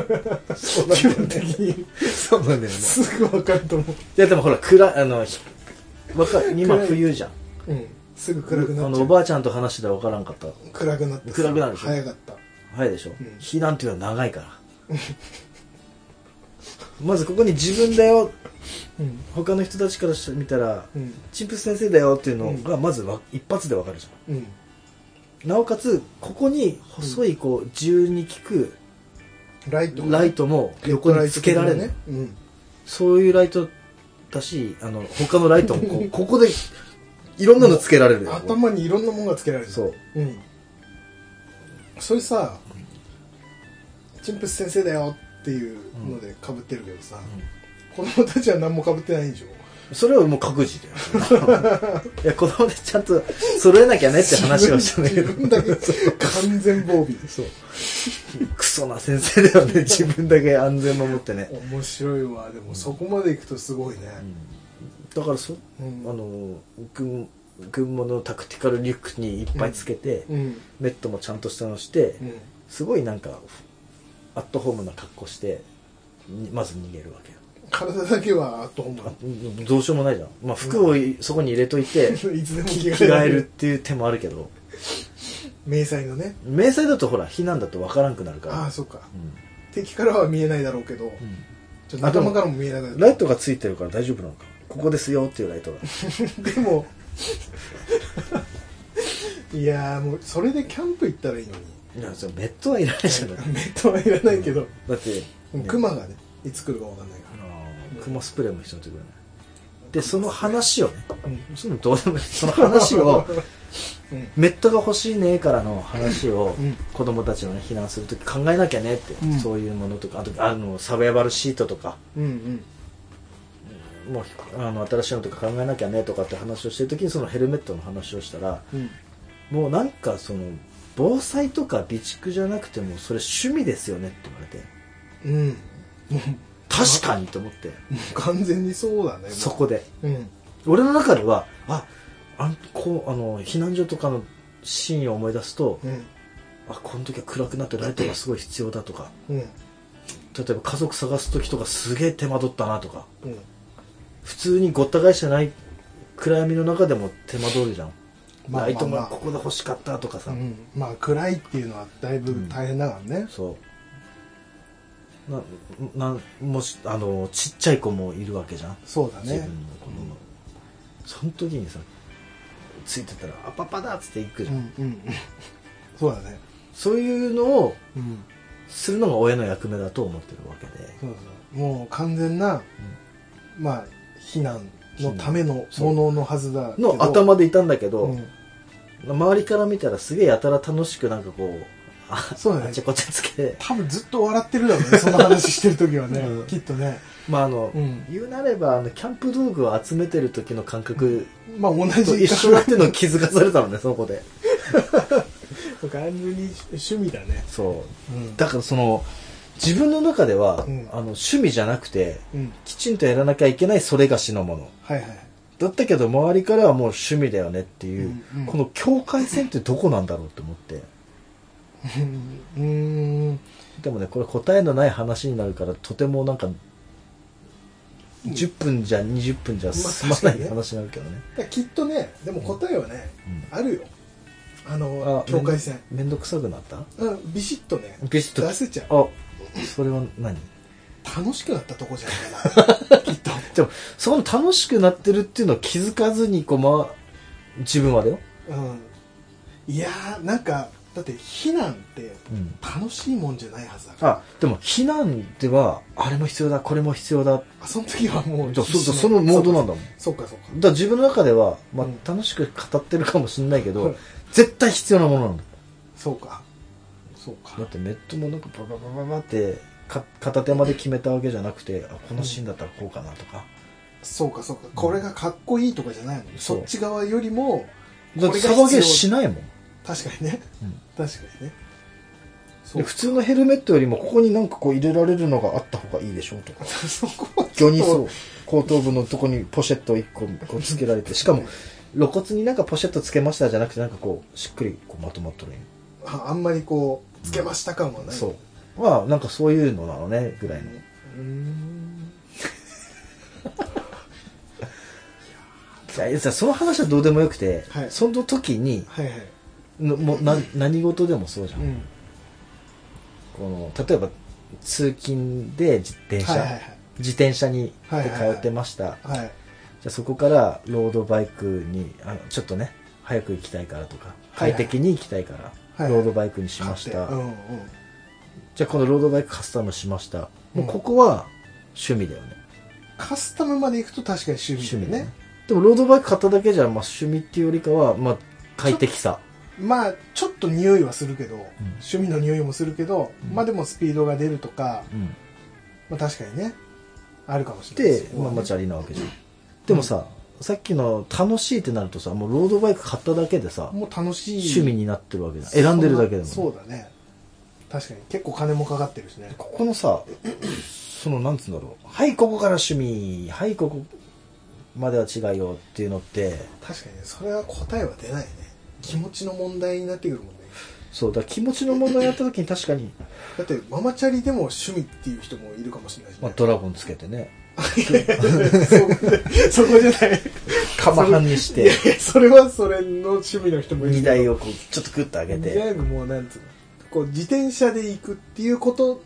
[SPEAKER 2] んだ
[SPEAKER 1] 基
[SPEAKER 2] よね
[SPEAKER 1] 本的に
[SPEAKER 2] <laughs> そうなんだよね。
[SPEAKER 1] すぐ分かると思
[SPEAKER 2] いや、でもほら、暗、あの、ひわかる、今
[SPEAKER 1] 暗い
[SPEAKER 2] 冬じゃん。
[SPEAKER 1] う、うん、すぐ暗く
[SPEAKER 2] あ
[SPEAKER 1] なっ
[SPEAKER 2] の、
[SPEAKER 1] ちゃ
[SPEAKER 2] お
[SPEAKER 1] う
[SPEAKER 2] ばあちゃんと話してたら分からんかった。
[SPEAKER 1] 暗くなった
[SPEAKER 2] 暗くなるでしょ
[SPEAKER 1] 早かった
[SPEAKER 2] 早いでしょ
[SPEAKER 1] ん。
[SPEAKER 2] 避難っていうのは長いから。 <laughs> まずここに自分だよ、
[SPEAKER 1] うん
[SPEAKER 2] 他の人たちからしてみたら、
[SPEAKER 1] うん
[SPEAKER 2] チンプス先生だよっていうのが、まずわ一発で分かるじゃん。
[SPEAKER 1] うん
[SPEAKER 2] なおかつ、ここに細い、こう、銃に効く
[SPEAKER 1] ライト
[SPEAKER 2] ライトも横につけられる。
[SPEAKER 1] うん
[SPEAKER 2] そういうライトだし、あの、他のライトもこ <laughs> う、ここで、いろんなのつけられるよ。
[SPEAKER 1] 頭にいろんなもんがつけられる
[SPEAKER 2] そう。
[SPEAKER 1] うんそれさチンプス先生だよっていうのでかぶってるけどさ、子供たちは何もかぶってないんでしょ
[SPEAKER 2] それはもう各自だよ。 <laughs> いや、子供でちゃんと揃えなきゃねって話はしたんだけ
[SPEAKER 1] 自
[SPEAKER 2] ど。
[SPEAKER 1] 分だけ完全防備
[SPEAKER 2] そう。クソな先生だ
[SPEAKER 1] <laughs>
[SPEAKER 2] よね。自分だけ安全守ってね。
[SPEAKER 1] 面白いわでもそこまで行くとすごいね、
[SPEAKER 2] だからそ、
[SPEAKER 1] うん
[SPEAKER 2] あの、軍、軍物のタクティカルリュックにいっぱいつけて、
[SPEAKER 1] うん
[SPEAKER 2] メットもちゃんとしたのして、
[SPEAKER 1] うん
[SPEAKER 2] すごいなんか、アットホームな格好して、にまず逃げるわけよ。
[SPEAKER 1] 体だけはアットホーム
[SPEAKER 2] あどうしよう
[SPEAKER 1] <laughs>
[SPEAKER 2] もないじゃん、まあ、服をいそこに入れといて
[SPEAKER 1] いつでも
[SPEAKER 2] き
[SPEAKER 1] 着
[SPEAKER 2] 着
[SPEAKER 1] 替え
[SPEAKER 2] 替え
[SPEAKER 1] る
[SPEAKER 2] るっていう手もあるけど
[SPEAKER 1] 迷彩のね
[SPEAKER 2] 迷彩だとほら避難だと分からんくなるから
[SPEAKER 1] ああそうか敵からは見えないだろうけど、ちょっと仲間からも見えないだろ
[SPEAKER 2] う
[SPEAKER 1] うん
[SPEAKER 2] ライトがついてるから大丈夫なのかここですよっていうライトが
[SPEAKER 1] でもいやーもうそれでキャンプ行ったらいいのに
[SPEAKER 2] いやそれメットはいらないじゃない
[SPEAKER 1] ネットはいらないけど、
[SPEAKER 2] だって、
[SPEAKER 1] もうクマがねいつ来るかわかんないか
[SPEAKER 2] あのクマスプレーも必要ってくれないでその話をね
[SPEAKER 1] ら、うん
[SPEAKER 2] そのどうでもいいその話を
[SPEAKER 1] うん
[SPEAKER 2] メットが欲しいねからの話を
[SPEAKER 1] うん
[SPEAKER 2] 子供たちの、ね、避難するとき考えなきゃねって、
[SPEAKER 1] うん
[SPEAKER 2] そういうものとかあとあのサバイバルシートとか
[SPEAKER 1] うんうん
[SPEAKER 2] もうあの新しいのとか考えなきゃねとかって話をしてるときにそのヘルメットの話をしたら
[SPEAKER 1] うん
[SPEAKER 2] もうなんかその防災とか備蓄じゃなくてもそれ趣味ですよねって言わ
[SPEAKER 1] うん
[SPEAKER 2] れて
[SPEAKER 1] も
[SPEAKER 2] 確かにと思って
[SPEAKER 1] うもう <laughs> 完全にそうだねもう
[SPEAKER 2] そこで
[SPEAKER 1] うん
[SPEAKER 2] 俺の中ではああんこうあの避難所とかのシーンを思い出すと
[SPEAKER 1] うん
[SPEAKER 2] あこの時は暗くなってライトがすごい必要だとか
[SPEAKER 1] うん
[SPEAKER 2] 例えば家族探す時とかすげえ手間取ったなとか
[SPEAKER 1] うん
[SPEAKER 2] 普通にごった返してない暗闇の中でも手間取るじゃん、
[SPEAKER 1] まあ
[SPEAKER 2] ライト
[SPEAKER 1] まあま
[SPEAKER 2] が
[SPEAKER 1] あ
[SPEAKER 2] ここで欲しかったとかさ、
[SPEAKER 1] うんまあ暗いっていうのはだいぶ大変だからね、
[SPEAKER 2] そうななんもしあのちっちゃい子もいるわけじゃん、
[SPEAKER 1] そうだ
[SPEAKER 2] 自分
[SPEAKER 1] ね
[SPEAKER 2] の子供、その時にさついてたら「あパパだ!」っつって行くじ
[SPEAKER 1] う
[SPEAKER 2] ゃん、
[SPEAKER 1] んうんうん <laughs> そうだね
[SPEAKER 2] そういうのを
[SPEAKER 1] うん
[SPEAKER 2] するのが親の役目だと思ってるわけで
[SPEAKER 1] そうそうもう完全な、まあ避難のためのもののはずだけど
[SPEAKER 2] の頭でいたんだけど、
[SPEAKER 1] うん
[SPEAKER 2] 周りから見たらすげえやたら楽しくなんかこうあ
[SPEAKER 1] そうだ
[SPEAKER 2] あっ
[SPEAKER 1] ね
[SPEAKER 2] ちゃこっちゃつけ
[SPEAKER 1] <laughs>
[SPEAKER 2] て
[SPEAKER 1] 多分ずっと笑ってるだろうねその話してる時は <laughs> ね、
[SPEAKER 2] うん
[SPEAKER 1] きっとね
[SPEAKER 2] まああの、
[SPEAKER 1] うん
[SPEAKER 2] 言うなればあのキャンプ道具を集めてる時の感覚
[SPEAKER 1] まあ同 <laughs>
[SPEAKER 2] と
[SPEAKER 1] じ
[SPEAKER 2] 一緒だっていうのを気づかされたのねその子で
[SPEAKER 1] 完全に趣味だね
[SPEAKER 2] そう
[SPEAKER 1] うん
[SPEAKER 2] だからその自分の中では、
[SPEAKER 1] うん
[SPEAKER 2] あの趣味じゃなくて
[SPEAKER 1] うん
[SPEAKER 2] きちんとやらなきゃいけないそれがしのもの
[SPEAKER 1] はいはい
[SPEAKER 2] だったけど周りからはもう趣味だよねっていう、
[SPEAKER 1] うんうん
[SPEAKER 2] この境界線ってどこなんだろうと思って
[SPEAKER 1] うん <laughs> うーん
[SPEAKER 2] でもねこれ答えのない話になるからとてもなんか10分じゃ20分じゃ済まない話になるけどね
[SPEAKER 1] だからきっとねでも答えはね、あるよあの
[SPEAKER 2] あ
[SPEAKER 1] 境界線
[SPEAKER 2] めんどめんどくさくなった
[SPEAKER 1] うんビシッとね
[SPEAKER 2] ビシッと
[SPEAKER 1] 出せちゃう
[SPEAKER 2] あそれは何
[SPEAKER 1] 楽しくなったとこじゃない
[SPEAKER 2] <laughs>
[SPEAKER 1] かなきっと
[SPEAKER 2] でもそこの楽しくなってるっていうのを気づかずにこう、ま、自分はだよ、
[SPEAKER 1] うんいやーなんかだって避難って
[SPEAKER 2] うん、
[SPEAKER 1] 楽しいもんじゃないはずだから、
[SPEAKER 2] あでも避難ではあれも必要だこれも必要だ
[SPEAKER 1] あその時はもう
[SPEAKER 2] じゃあそそのモードなんだもん
[SPEAKER 1] そうかそうか
[SPEAKER 2] だから自分の中では、まあ
[SPEAKER 1] うん、
[SPEAKER 2] 楽しく語ってるかもしれないけど、
[SPEAKER 1] はい
[SPEAKER 2] 絶対必要なものなんだ
[SPEAKER 1] そうかそうか
[SPEAKER 2] だってネットもなんかバババババってか片手まで決めたわけじゃなくてあこのシーンだったらこうかなとか
[SPEAKER 1] そうかそうかこれがかっこいいとかじゃないもんね
[SPEAKER 2] そう
[SPEAKER 1] そっち側よりも
[SPEAKER 2] だってサバゲーしないもん
[SPEAKER 1] 確かにね、
[SPEAKER 2] うん
[SPEAKER 1] 確かにねそ
[SPEAKER 2] で
[SPEAKER 1] う
[SPEAKER 2] 普通のヘルメットよりもここになんかこう入れられるのがあった方がいいでしょう
[SPEAKER 1] <laughs>
[SPEAKER 2] とか
[SPEAKER 1] そこは
[SPEAKER 2] 魚にそうう後頭部のとこにポシェット1個こうつけられてしかも露骨になんかポシェットつけましたじゃなくてなんかこうしっくりこうまとまっとるんよ
[SPEAKER 1] ああんまりこうつけました感はない
[SPEAKER 2] そうまあなんかそういうのなのねぐらいの
[SPEAKER 1] うーん
[SPEAKER 2] いやいやその話はどうでもよくて、
[SPEAKER 1] はい
[SPEAKER 2] その時に
[SPEAKER 1] はいはい
[SPEAKER 2] のもうな何事でもそうじゃん、
[SPEAKER 1] うん
[SPEAKER 2] この例えば通勤で自転車、
[SPEAKER 1] はいはい
[SPEAKER 2] 自転車にで
[SPEAKER 1] はいはいはい
[SPEAKER 2] 通ってました、
[SPEAKER 1] はいはい
[SPEAKER 2] じゃあそこからロードバイクにあちょっとね早く行きたいからとか
[SPEAKER 1] はいはい
[SPEAKER 2] 快適に行きたいから、
[SPEAKER 1] いはい
[SPEAKER 2] ロードバイクにしまし
[SPEAKER 1] 買
[SPEAKER 2] た、
[SPEAKER 1] ってうんうん
[SPEAKER 2] じゃあこのロードバイクカスタムしました、
[SPEAKER 1] うん
[SPEAKER 2] もうここは趣味だよね
[SPEAKER 1] カスタムまで行くと確かに趣味
[SPEAKER 2] 趣
[SPEAKER 1] だよね
[SPEAKER 2] 味だねでもロードバイク買っただけじゃ、まあ、趣味っていうよりかは、まあ、快適さ
[SPEAKER 1] まあちょっと匂いはするけど、趣味の匂いもするけど、まあでもスピードが出るとか、
[SPEAKER 2] うん
[SPEAKER 1] まあ確かにねあるかもしれない
[SPEAKER 2] で
[SPEAKER 1] そ、こ
[SPEAKER 2] ま
[SPEAKER 1] は
[SPEAKER 2] あ、
[SPEAKER 1] ね
[SPEAKER 2] マチャリなわけじゃんでもさ、さっきの楽しいってなるとさもうロードバイク買っただけでさ
[SPEAKER 1] もう楽しい
[SPEAKER 2] 趣味になってるわけじゃん選んでるだけでも
[SPEAKER 1] そんなそうだね確かに結構金もかかってるしね
[SPEAKER 2] ここのさそのなんつうんだろうはいここから趣味はいここまでは違うよっていうのって
[SPEAKER 1] 確かにねそれは答えは出ないね気持ちの問題になってくるもんね
[SPEAKER 2] そうだから気持ちの問題やった時に確かに、
[SPEAKER 1] だってママチャリでも趣味っていう人もいるかもしれないし、ね
[SPEAKER 2] まあ、ドラゴンつけてね
[SPEAKER 1] そこじゃない
[SPEAKER 2] 釜飯にし
[SPEAKER 1] いや
[SPEAKER 2] て
[SPEAKER 1] いやそれはそれの趣味の人もいる
[SPEAKER 2] 荷台をこうちょっとグッと上げ
[SPEAKER 1] じゃ
[SPEAKER 2] て
[SPEAKER 1] なくもうなんつうのこう自転車で行くっていうこと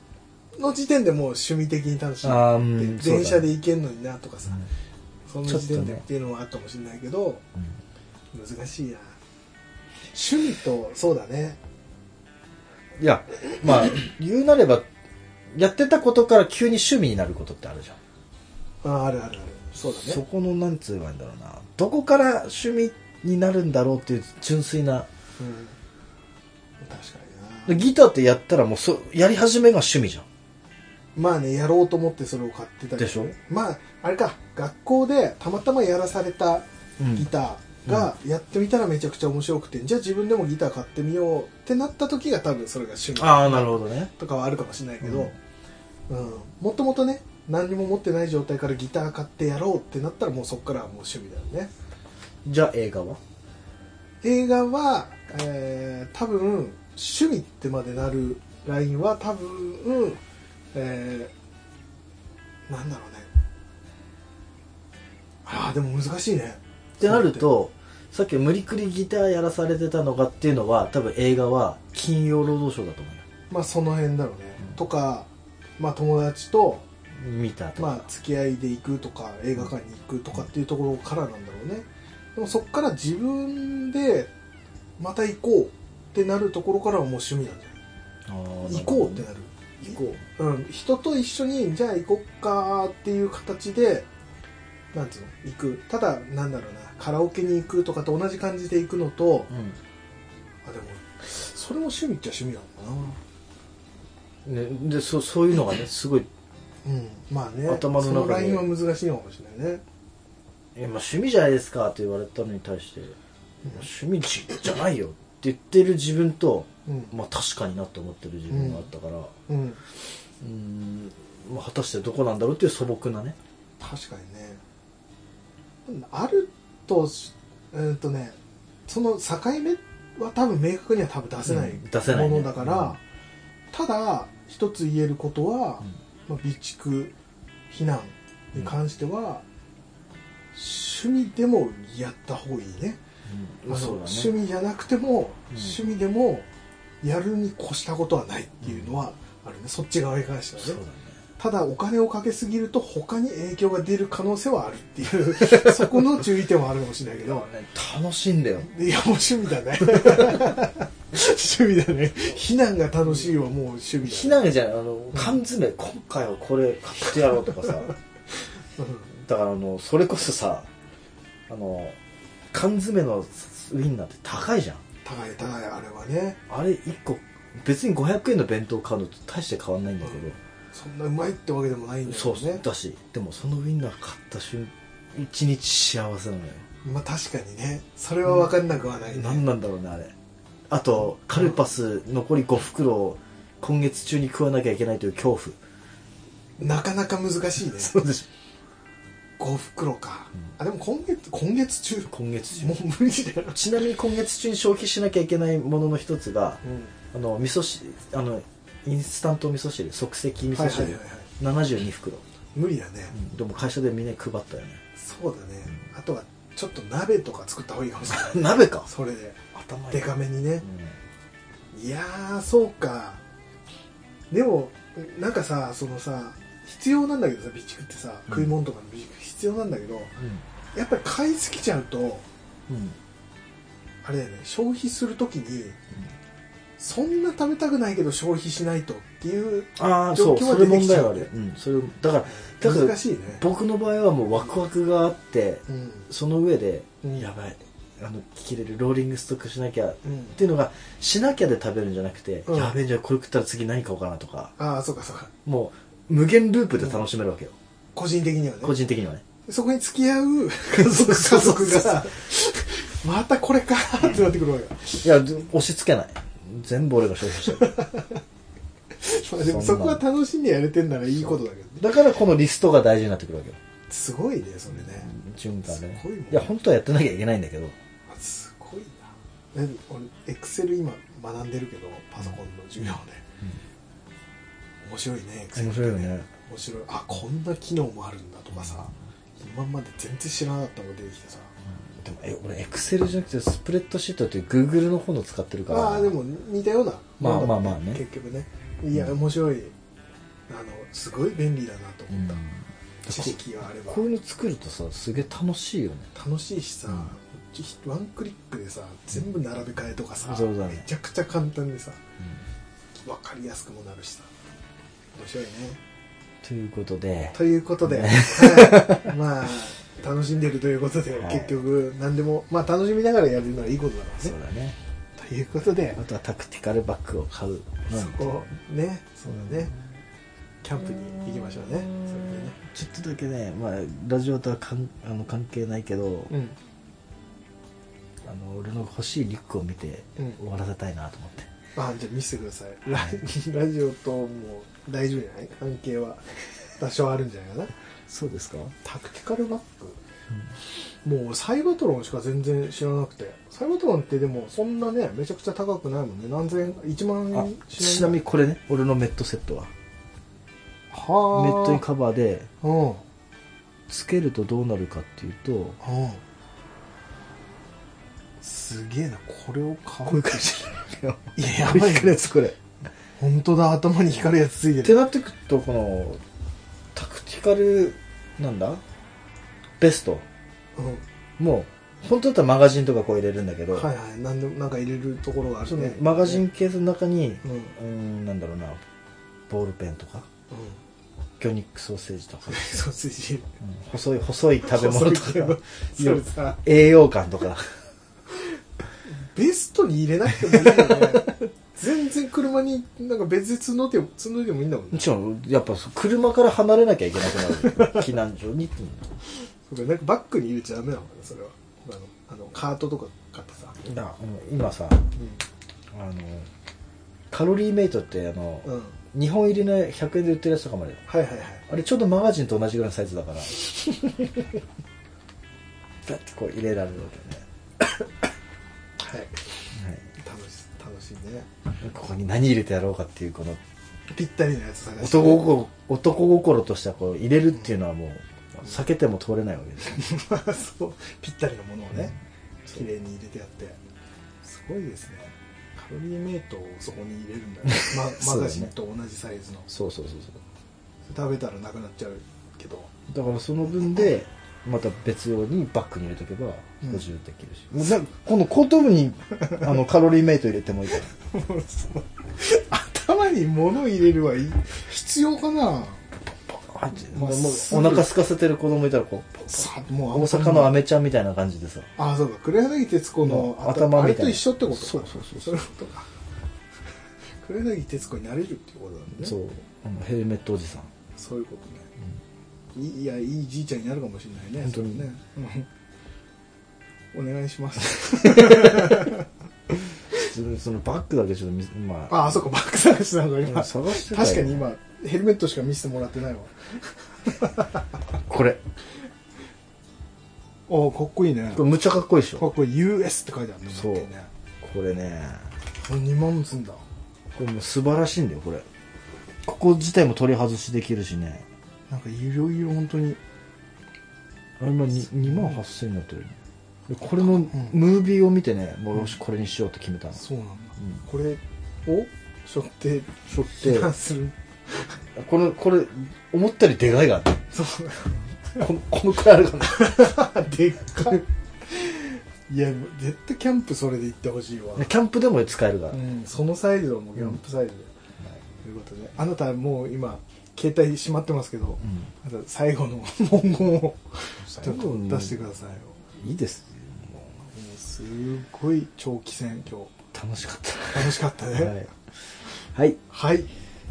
[SPEAKER 1] の時点でもう趣味的に楽しい
[SPEAKER 2] あーうん
[SPEAKER 1] で
[SPEAKER 2] そうだ
[SPEAKER 1] 電車で行けんのになとかさ、その時点
[SPEAKER 2] ちょっと
[SPEAKER 1] でっ
[SPEAKER 2] ね
[SPEAKER 1] ていうのはあったかもしれないけど、
[SPEAKER 2] うん
[SPEAKER 1] 難しいな趣味とそうだね
[SPEAKER 2] いやまあ言うなればやってたことから急に趣味になることってあるじゃん
[SPEAKER 1] あーあるあるあるそうだね
[SPEAKER 2] そこのなんつうばいいんだろうなどこから趣味になるんだろうっていう純粋な
[SPEAKER 1] うん、確かにな
[SPEAKER 2] ギターってやったらもうそやり始めが趣味じゃん
[SPEAKER 1] まあねやろうと思ってそれを買ってたり
[SPEAKER 2] でしょ
[SPEAKER 1] まああれか学校でたまたまやらされた
[SPEAKER 2] うん
[SPEAKER 1] ギターがやってみたらめちゃくちゃ面白くて、じゃあ自分でもギター買ってみようってなった時が多分それが趣味
[SPEAKER 2] ああなるほどね
[SPEAKER 1] とかはあるかもしれないけど、うんもともとね何にも持ってない状態からギター買ってやろうってなったらもうそっからはもう趣味だよね
[SPEAKER 2] じゃあ映画は
[SPEAKER 1] 映画は、えー多分趣味ってまでなるラインは多分、えーなんだろうねああでも難しいね
[SPEAKER 2] ってなるとさっき無理くりギターやらされてたのがっていうのは多分映画は金曜ロードショーだと思うよ
[SPEAKER 1] まあその辺だろうね、とかまあ友達と
[SPEAKER 2] 見たとか、
[SPEAKER 1] まあ付き合いで行くとか映画館に行くとかっていうところからなんだろうねでもそっから自分でまた行こうってなるところからはもう趣味なんじゃな
[SPEAKER 2] あー
[SPEAKER 1] い行こうってなる
[SPEAKER 2] 行こ
[SPEAKER 1] うん、人と一緒にじゃあ行こっかっていう形でなんていうの行くただなんだろうなカラオケに行くとかと同じ感じで行くのと
[SPEAKER 2] う、
[SPEAKER 1] あでもそれも趣味っちゃ趣味なのか
[SPEAKER 2] うんね、でそそういうのがねすごい、
[SPEAKER 1] なうんまあね
[SPEAKER 2] 頭の中で
[SPEAKER 1] そのラインは難しいのかもしれないね
[SPEAKER 2] えまあ、趣味じゃないですかって言われたのに対して、趣味じじゃないよって言ってる自分と、
[SPEAKER 1] うん
[SPEAKER 2] まあ、確かになって思ってる自分があったから、う
[SPEAKER 1] うん
[SPEAKER 2] ーんまあ、果たしてどこなんだろうっていう素朴なね
[SPEAKER 1] 確かにねあるとしうんとねその境目は多分明確には多分出せない、
[SPEAKER 2] うん出せない
[SPEAKER 1] も
[SPEAKER 2] ね
[SPEAKER 1] のだから、
[SPEAKER 2] うん
[SPEAKER 1] ただ一つ言えることは、まあ、備蓄避難に関しては、趣味でもやった方がいいね,、
[SPEAKER 2] うんまあ
[SPEAKER 1] あの
[SPEAKER 2] そうだ
[SPEAKER 1] 趣
[SPEAKER 2] ね
[SPEAKER 1] 味じゃなくても、趣味でもやるに越したことはないっていうのはあるね、そっち側に関してはね
[SPEAKER 2] そうだね
[SPEAKER 1] ただお金をかけすぎると他に影響が出る可能性はあるっていう <laughs> そこの注意点はあるかもしれないけど
[SPEAKER 2] 楽しいんだよ
[SPEAKER 1] いやもう趣味だね趣味だね避難が楽しいはもう趣味
[SPEAKER 2] ひ
[SPEAKER 1] だ、ね、
[SPEAKER 2] なじゃないあの缶詰、今回はこれ買ってやろうとか <laughs> さだからあのそれこそさあの缶詰のウインナーって高いじゃん
[SPEAKER 1] 高い高いあれはね
[SPEAKER 2] あれ1個別に500円の弁当買うのと大して変わんないんだけど、
[SPEAKER 1] そんなうまいってわけでもないんだけ
[SPEAKER 2] そ
[SPEAKER 1] ど
[SPEAKER 2] うそう
[SPEAKER 1] ね
[SPEAKER 2] だしでもそのウインナー買った瞬一日幸せなのよ、
[SPEAKER 1] まあ確かにねそれは分かんなくはないね、
[SPEAKER 2] 何なんだろうねあれあとカルパス残り5袋を今月中に食わなきゃいけないという恐怖
[SPEAKER 1] なかなか難しいね
[SPEAKER 2] そうでし
[SPEAKER 1] 5袋か、あでも今月今月中
[SPEAKER 2] 今月中
[SPEAKER 1] もう無理だよ、
[SPEAKER 2] ちなみに今月中に消費しなきゃいけないものの一つが、
[SPEAKER 1] うん
[SPEAKER 2] あの味噌汁あのインスタント味噌汁即席味
[SPEAKER 1] は
[SPEAKER 2] 噌
[SPEAKER 1] いはいはい
[SPEAKER 2] 汁、
[SPEAKER 1] はい
[SPEAKER 2] 72袋、
[SPEAKER 1] 無理だね、
[SPEAKER 2] でも会社でみんなに配ったよね
[SPEAKER 1] そうだねあとはちょっと鍋とか作った方がいいかもしれ
[SPEAKER 2] <laughs>
[SPEAKER 1] ない
[SPEAKER 2] <laughs> 鍋か
[SPEAKER 1] それで
[SPEAKER 2] 頭
[SPEAKER 1] デ
[SPEAKER 2] いい
[SPEAKER 1] カめにね
[SPEAKER 2] う、ん
[SPEAKER 1] いやーそうかでもなんかさそのさ必要なんだけどさ備蓄ってさ食い物とかの備蓄必要なんだけど、やっぱり買いすぎちゃうと
[SPEAKER 2] うんうん
[SPEAKER 1] あれだよね消費するときに、そんな食べたくないけど消費しないとっていう
[SPEAKER 2] ああそう
[SPEAKER 1] 状況は
[SPEAKER 2] そ
[SPEAKER 1] 出
[SPEAKER 2] れ
[SPEAKER 1] て
[SPEAKER 2] 問
[SPEAKER 1] きち
[SPEAKER 2] 題
[SPEAKER 1] ゃ
[SPEAKER 2] は
[SPEAKER 1] う
[SPEAKER 2] あ
[SPEAKER 1] ね
[SPEAKER 2] る、うん、それだからだから
[SPEAKER 1] 難しいね
[SPEAKER 2] 僕の場合はもうワクワクがあって
[SPEAKER 1] うん
[SPEAKER 2] その上で、
[SPEAKER 1] うん
[SPEAKER 2] やばいあの切れるローリングストックしなきゃ、
[SPEAKER 1] うん
[SPEAKER 2] っていうのがしなきゃで食べるんじゃなくて、
[SPEAKER 1] うん
[SPEAKER 2] やべえじゃあこれ食ったら次何買おうかなとか
[SPEAKER 1] ああそうかそうか
[SPEAKER 2] もう無限ループで楽しめるわけよ、
[SPEAKER 1] 個人的にはね
[SPEAKER 2] 個人的にはね
[SPEAKER 1] そこに付き合 <laughs> う家族
[SPEAKER 2] そ
[SPEAKER 1] 家
[SPEAKER 2] うそうそう
[SPEAKER 1] 族がまたこれかーってなってくるわけよ
[SPEAKER 2] いやで押し付けない全部俺が消費してる
[SPEAKER 1] まあでもそこは楽しんでやれてんならいいことだけどね
[SPEAKER 2] だからこのリストが大事になってくるわけよ
[SPEAKER 1] すごいねそれね
[SPEAKER 2] 循環でね
[SPEAKER 1] すごいもん
[SPEAKER 2] いや本当はやってなきゃいけないんだけど
[SPEAKER 1] あすごいなえ俺エクセル今学んでるけどパソコンの授業で、面白いねエクセル
[SPEAKER 2] 面白いよね
[SPEAKER 1] 面白いあこんな機能もあるんだとかさ今まで全然知らなかったのが出てきてさ
[SPEAKER 2] でもえ俺エクセルじゃなくてスプレッドシートっていうグーグルの方の使ってるから
[SPEAKER 1] ああでも似たような
[SPEAKER 2] まあ
[SPEAKER 1] もんだもん
[SPEAKER 2] まあまあね
[SPEAKER 1] 結局ねいや面白いあのすごい便利だなと
[SPEAKER 2] う
[SPEAKER 1] 思っ
[SPEAKER 2] ん
[SPEAKER 1] た、知識があれば
[SPEAKER 2] こういうの作るとさすげえ楽しいよね
[SPEAKER 1] 楽しいしさ、
[SPEAKER 2] うん
[SPEAKER 1] こっちワンクリックでさ全部並べ替えとかさ、
[SPEAKER 2] そうだね
[SPEAKER 1] めちゃくちゃ簡単でさ分かりやすくもなるしさ面白いね
[SPEAKER 2] ということで
[SPEAKER 1] ということで、はいまあ楽しんでるということで、
[SPEAKER 2] はい
[SPEAKER 1] 結局何でもまあ楽しみながらやるのはいいことだから
[SPEAKER 2] そう
[SPEAKER 1] ね
[SPEAKER 2] だね
[SPEAKER 1] ということで
[SPEAKER 2] あとはタクティカルバッグを買う
[SPEAKER 1] そこねそうだね
[SPEAKER 2] うん
[SPEAKER 1] キャンプに行きましょうねそれでね
[SPEAKER 2] ちょっとだけね、まあ、ラジオとはかんあの関係ないけど、
[SPEAKER 1] うん
[SPEAKER 2] あの俺の欲しいリュックを見て
[SPEAKER 1] うん
[SPEAKER 2] 終わらせたいなと思って、
[SPEAKER 1] あじゃあ見せてくださいラ <laughs> ラジオともう大丈夫じゃない関係は多少あるんじゃないかな
[SPEAKER 2] そうですか、
[SPEAKER 1] タクティカルバッグもうサイバトロンしか全然知らなくてサイバトロンってでもそんなねめちゃくちゃ高くないもんね何千円1万
[SPEAKER 2] あ
[SPEAKER 1] 円
[SPEAKER 2] ちなみにこれね俺のメットセットはメッ
[SPEAKER 1] はあ
[SPEAKER 2] トにカバーで
[SPEAKER 1] うんうん
[SPEAKER 2] つけるとどうなるかっていうと
[SPEAKER 1] すげえなこれを買
[SPEAKER 2] こういう感じなのよ
[SPEAKER 1] いやや
[SPEAKER 2] こう
[SPEAKER 1] ばい
[SPEAKER 2] いうやつこれっ
[SPEAKER 1] 本当だ頭に光るやつついて
[SPEAKER 2] て
[SPEAKER 1] る
[SPEAKER 2] なってくるとこのタクティカルなんだベスト
[SPEAKER 1] うん
[SPEAKER 2] もう本当だったらマガジンとかこう入れるんだけど、
[SPEAKER 1] はいはいなんでもなんか入れるところがあ
[SPEAKER 2] そ
[SPEAKER 1] る
[SPEAKER 2] の
[SPEAKER 1] ね
[SPEAKER 2] マガジ
[SPEAKER 1] う <laughs>
[SPEAKER 2] ンケースの中に、
[SPEAKER 1] んうん
[SPEAKER 2] うーん、なんだろうなボールペンとか魚肉ソーセージとか、
[SPEAKER 1] ソーセージ
[SPEAKER 2] うん細い細い食べ物
[SPEAKER 1] 細い
[SPEAKER 2] とか
[SPEAKER 1] それさ
[SPEAKER 2] 栄養感とか
[SPEAKER 1] ベストに入れなくてもいいよね全然車になんか別で積んどいても積んどいてもいいんだもん
[SPEAKER 2] も
[SPEAKER 1] ね
[SPEAKER 2] ちろんやっぱそう車から離れなきゃいけなくなる避難所にっていう
[SPEAKER 1] そうかなんかバッグに入れちゃダメなのかなそれはあのあのカートとか買ってさ
[SPEAKER 2] のなうん今さ
[SPEAKER 1] う
[SPEAKER 2] あのカロリーメイトってあの、
[SPEAKER 1] ん、うん、
[SPEAKER 2] 日本入りの100円で売ってるやつとかもあるよ
[SPEAKER 1] はいはいはい
[SPEAKER 2] あれちょうどマガジンと同じぐらいのサイズ <laughs> だからだってこう入れられるわ
[SPEAKER 1] はい
[SPEAKER 2] けね、はい
[SPEAKER 1] 楽し楽しいね
[SPEAKER 2] ここに何入れてやろうかっていうこの
[SPEAKER 1] ぴったりのやつ探して
[SPEAKER 2] 男心男心としてはこう入れるっていうのはもう避けても通れないわけですよ
[SPEAKER 1] そうぴったりのものをね綺麗に入れてやってすごいですねカロリーメイトをそこに入れるん
[SPEAKER 2] <laughs>
[SPEAKER 1] だね、ま、
[SPEAKER 2] そうだね
[SPEAKER 1] マガジンと同じサイズの、
[SPEAKER 2] そうそうそうそう
[SPEAKER 1] 食べたらなくなっちゃうけど
[SPEAKER 2] だからその分でまた別用にバッグに入れとけば
[SPEAKER 1] うん
[SPEAKER 2] 補充できるし、もうなんかこの後頭部にあのカロリーメイト入れてもいいから
[SPEAKER 1] もうその頭に物入れるはい必要かな
[SPEAKER 2] あって
[SPEAKER 1] ま
[SPEAKER 2] も
[SPEAKER 1] あ
[SPEAKER 2] う
[SPEAKER 1] す
[SPEAKER 2] お
[SPEAKER 1] ぐ
[SPEAKER 2] 腹空かせてる子供いたらこう
[SPEAKER 1] さも
[SPEAKER 2] 大阪のアメちゃんみたいな感じでさ
[SPEAKER 1] あそうか黒柳徹子の
[SPEAKER 2] の頭
[SPEAKER 1] あれ
[SPEAKER 2] みたいな
[SPEAKER 1] と一緒ってことか
[SPEAKER 2] そうそうそう
[SPEAKER 1] そういうことか黒柳徹子になれるってことなんだね
[SPEAKER 2] そうあのヘルメットおじさん
[SPEAKER 1] そういうことね、いいいやいいじいちゃんになるかもしれないね
[SPEAKER 2] 本当に
[SPEAKER 1] それね、うんお願いします <laughs>
[SPEAKER 2] そのそのバッグだけちょっと見せまあ
[SPEAKER 1] ああそこバック探しなの今
[SPEAKER 2] うん探してたよ
[SPEAKER 1] 確かに今ヘルメットしか見せてもらってないわ
[SPEAKER 2] これ
[SPEAKER 1] おおかっこいいね
[SPEAKER 2] これむっちゃかっこいいでし
[SPEAKER 1] か
[SPEAKER 2] ょ
[SPEAKER 1] っこいい US って書いてあるね
[SPEAKER 2] そう
[SPEAKER 1] 待ってね
[SPEAKER 2] これね
[SPEAKER 1] これ2万もすんだ
[SPEAKER 2] これもう素晴らしいんだよこれここ自体も取り外しできるしね
[SPEAKER 1] なんかいろいろ本当に
[SPEAKER 2] あれ今2万8000円になってるよねでこれのムービーを見てね、もうよしこれにしようって決めたの、
[SPEAKER 1] そうなんだ、
[SPEAKER 2] うん
[SPEAKER 1] これを背負って
[SPEAKER 2] しょっ
[SPEAKER 1] 避
[SPEAKER 2] て
[SPEAKER 1] 難する
[SPEAKER 2] このこれ思ったよりでかいが
[SPEAKER 1] そう <laughs>
[SPEAKER 2] ここのくらいあるかな
[SPEAKER 1] でっかいいや絶対キャンプそれで行ってほしいわ、
[SPEAKER 2] キャンプでも使えるから、
[SPEAKER 1] うん、そのサイズをもうキャンプサイズで、ということであなたはもう今携帯閉まってますけど、あと最後の文言をちょっと出してくださいよ
[SPEAKER 2] いいですも
[SPEAKER 1] もうすごい長期戦今
[SPEAKER 2] う楽しかっ
[SPEAKER 1] 日楽しかった
[SPEAKER 2] たはい
[SPEAKER 1] ね、
[SPEAKER 2] はい
[SPEAKER 1] はい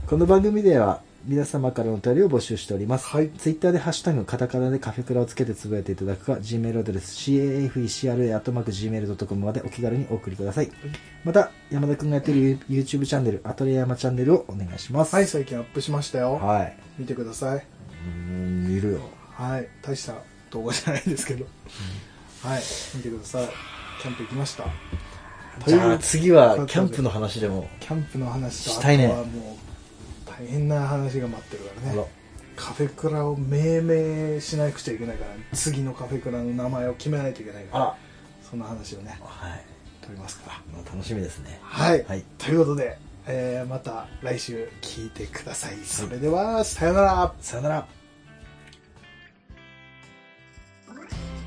[SPEAKER 2] この番組では皆様からのお便りを募集しております。
[SPEAKER 1] はい
[SPEAKER 2] ツイッターでハッシュタグカタカナでカフェクラをつけてつぶやいていただくか、Gmail アドレス caafecra.gmail.com までお気軽にお送りください。また、山田くんがやっている YouTube チャンネル、アトレヤマチャンネルをお願いします。
[SPEAKER 1] はい最近アップしましたよ、
[SPEAKER 2] はい。
[SPEAKER 1] 見てくださいう
[SPEAKER 2] ーん、見るよ。
[SPEAKER 1] はい大した動画じゃないですけど、はい見てくださいキャンプ行きました
[SPEAKER 2] じゃあ次はキャンプの話でも。
[SPEAKER 1] キャンプの話と
[SPEAKER 2] したいね
[SPEAKER 1] あとはもう大変な話が待ってるから
[SPEAKER 2] あ
[SPEAKER 1] ね
[SPEAKER 2] ら
[SPEAKER 1] カフェクラを命名しなくちゃいけないから次のカフェクラの名前を決めないといけないから
[SPEAKER 2] あ
[SPEAKER 1] そんな話をね
[SPEAKER 2] らはい、
[SPEAKER 1] 取りますから
[SPEAKER 2] まあ、楽しみですね
[SPEAKER 1] はい、
[SPEAKER 2] はい
[SPEAKER 1] ということで、えーまた来週聞いてくださいそれではさよなら
[SPEAKER 2] さよなら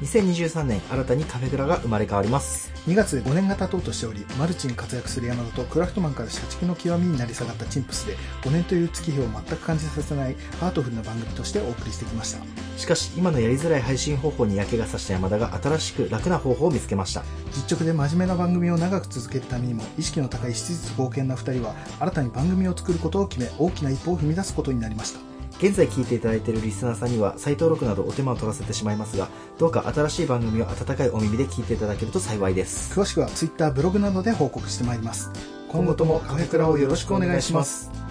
[SPEAKER 2] 2023年新たにカフェクラが生まれ変わります
[SPEAKER 1] 2月で5年が経とうとしておりマルチに活躍する山田とクラフトマンから社畜の極みになり下がったチンプスで5年という月日を全く感じさせないハートフルな番組としてお送りしてきました
[SPEAKER 2] しかし今のやりづらい配信方法に嫌気がさした山田が新しく楽な方法を見つけました
[SPEAKER 1] 実直で真面目な番組を長く続けるためにも意識の高い質実貢献な2人は新たに番組を作ることを決め大きな一歩を踏み出すことになりました
[SPEAKER 2] 現在聞いていただいているリスナーさんには再登録などお手間を取らせてしまいますがどうか新しい番組を温かいお耳で聞いていただけると幸いです
[SPEAKER 1] 詳しくは Twitter ブログなどで報告してまいります今後ともカフェクラをよろしくお願いします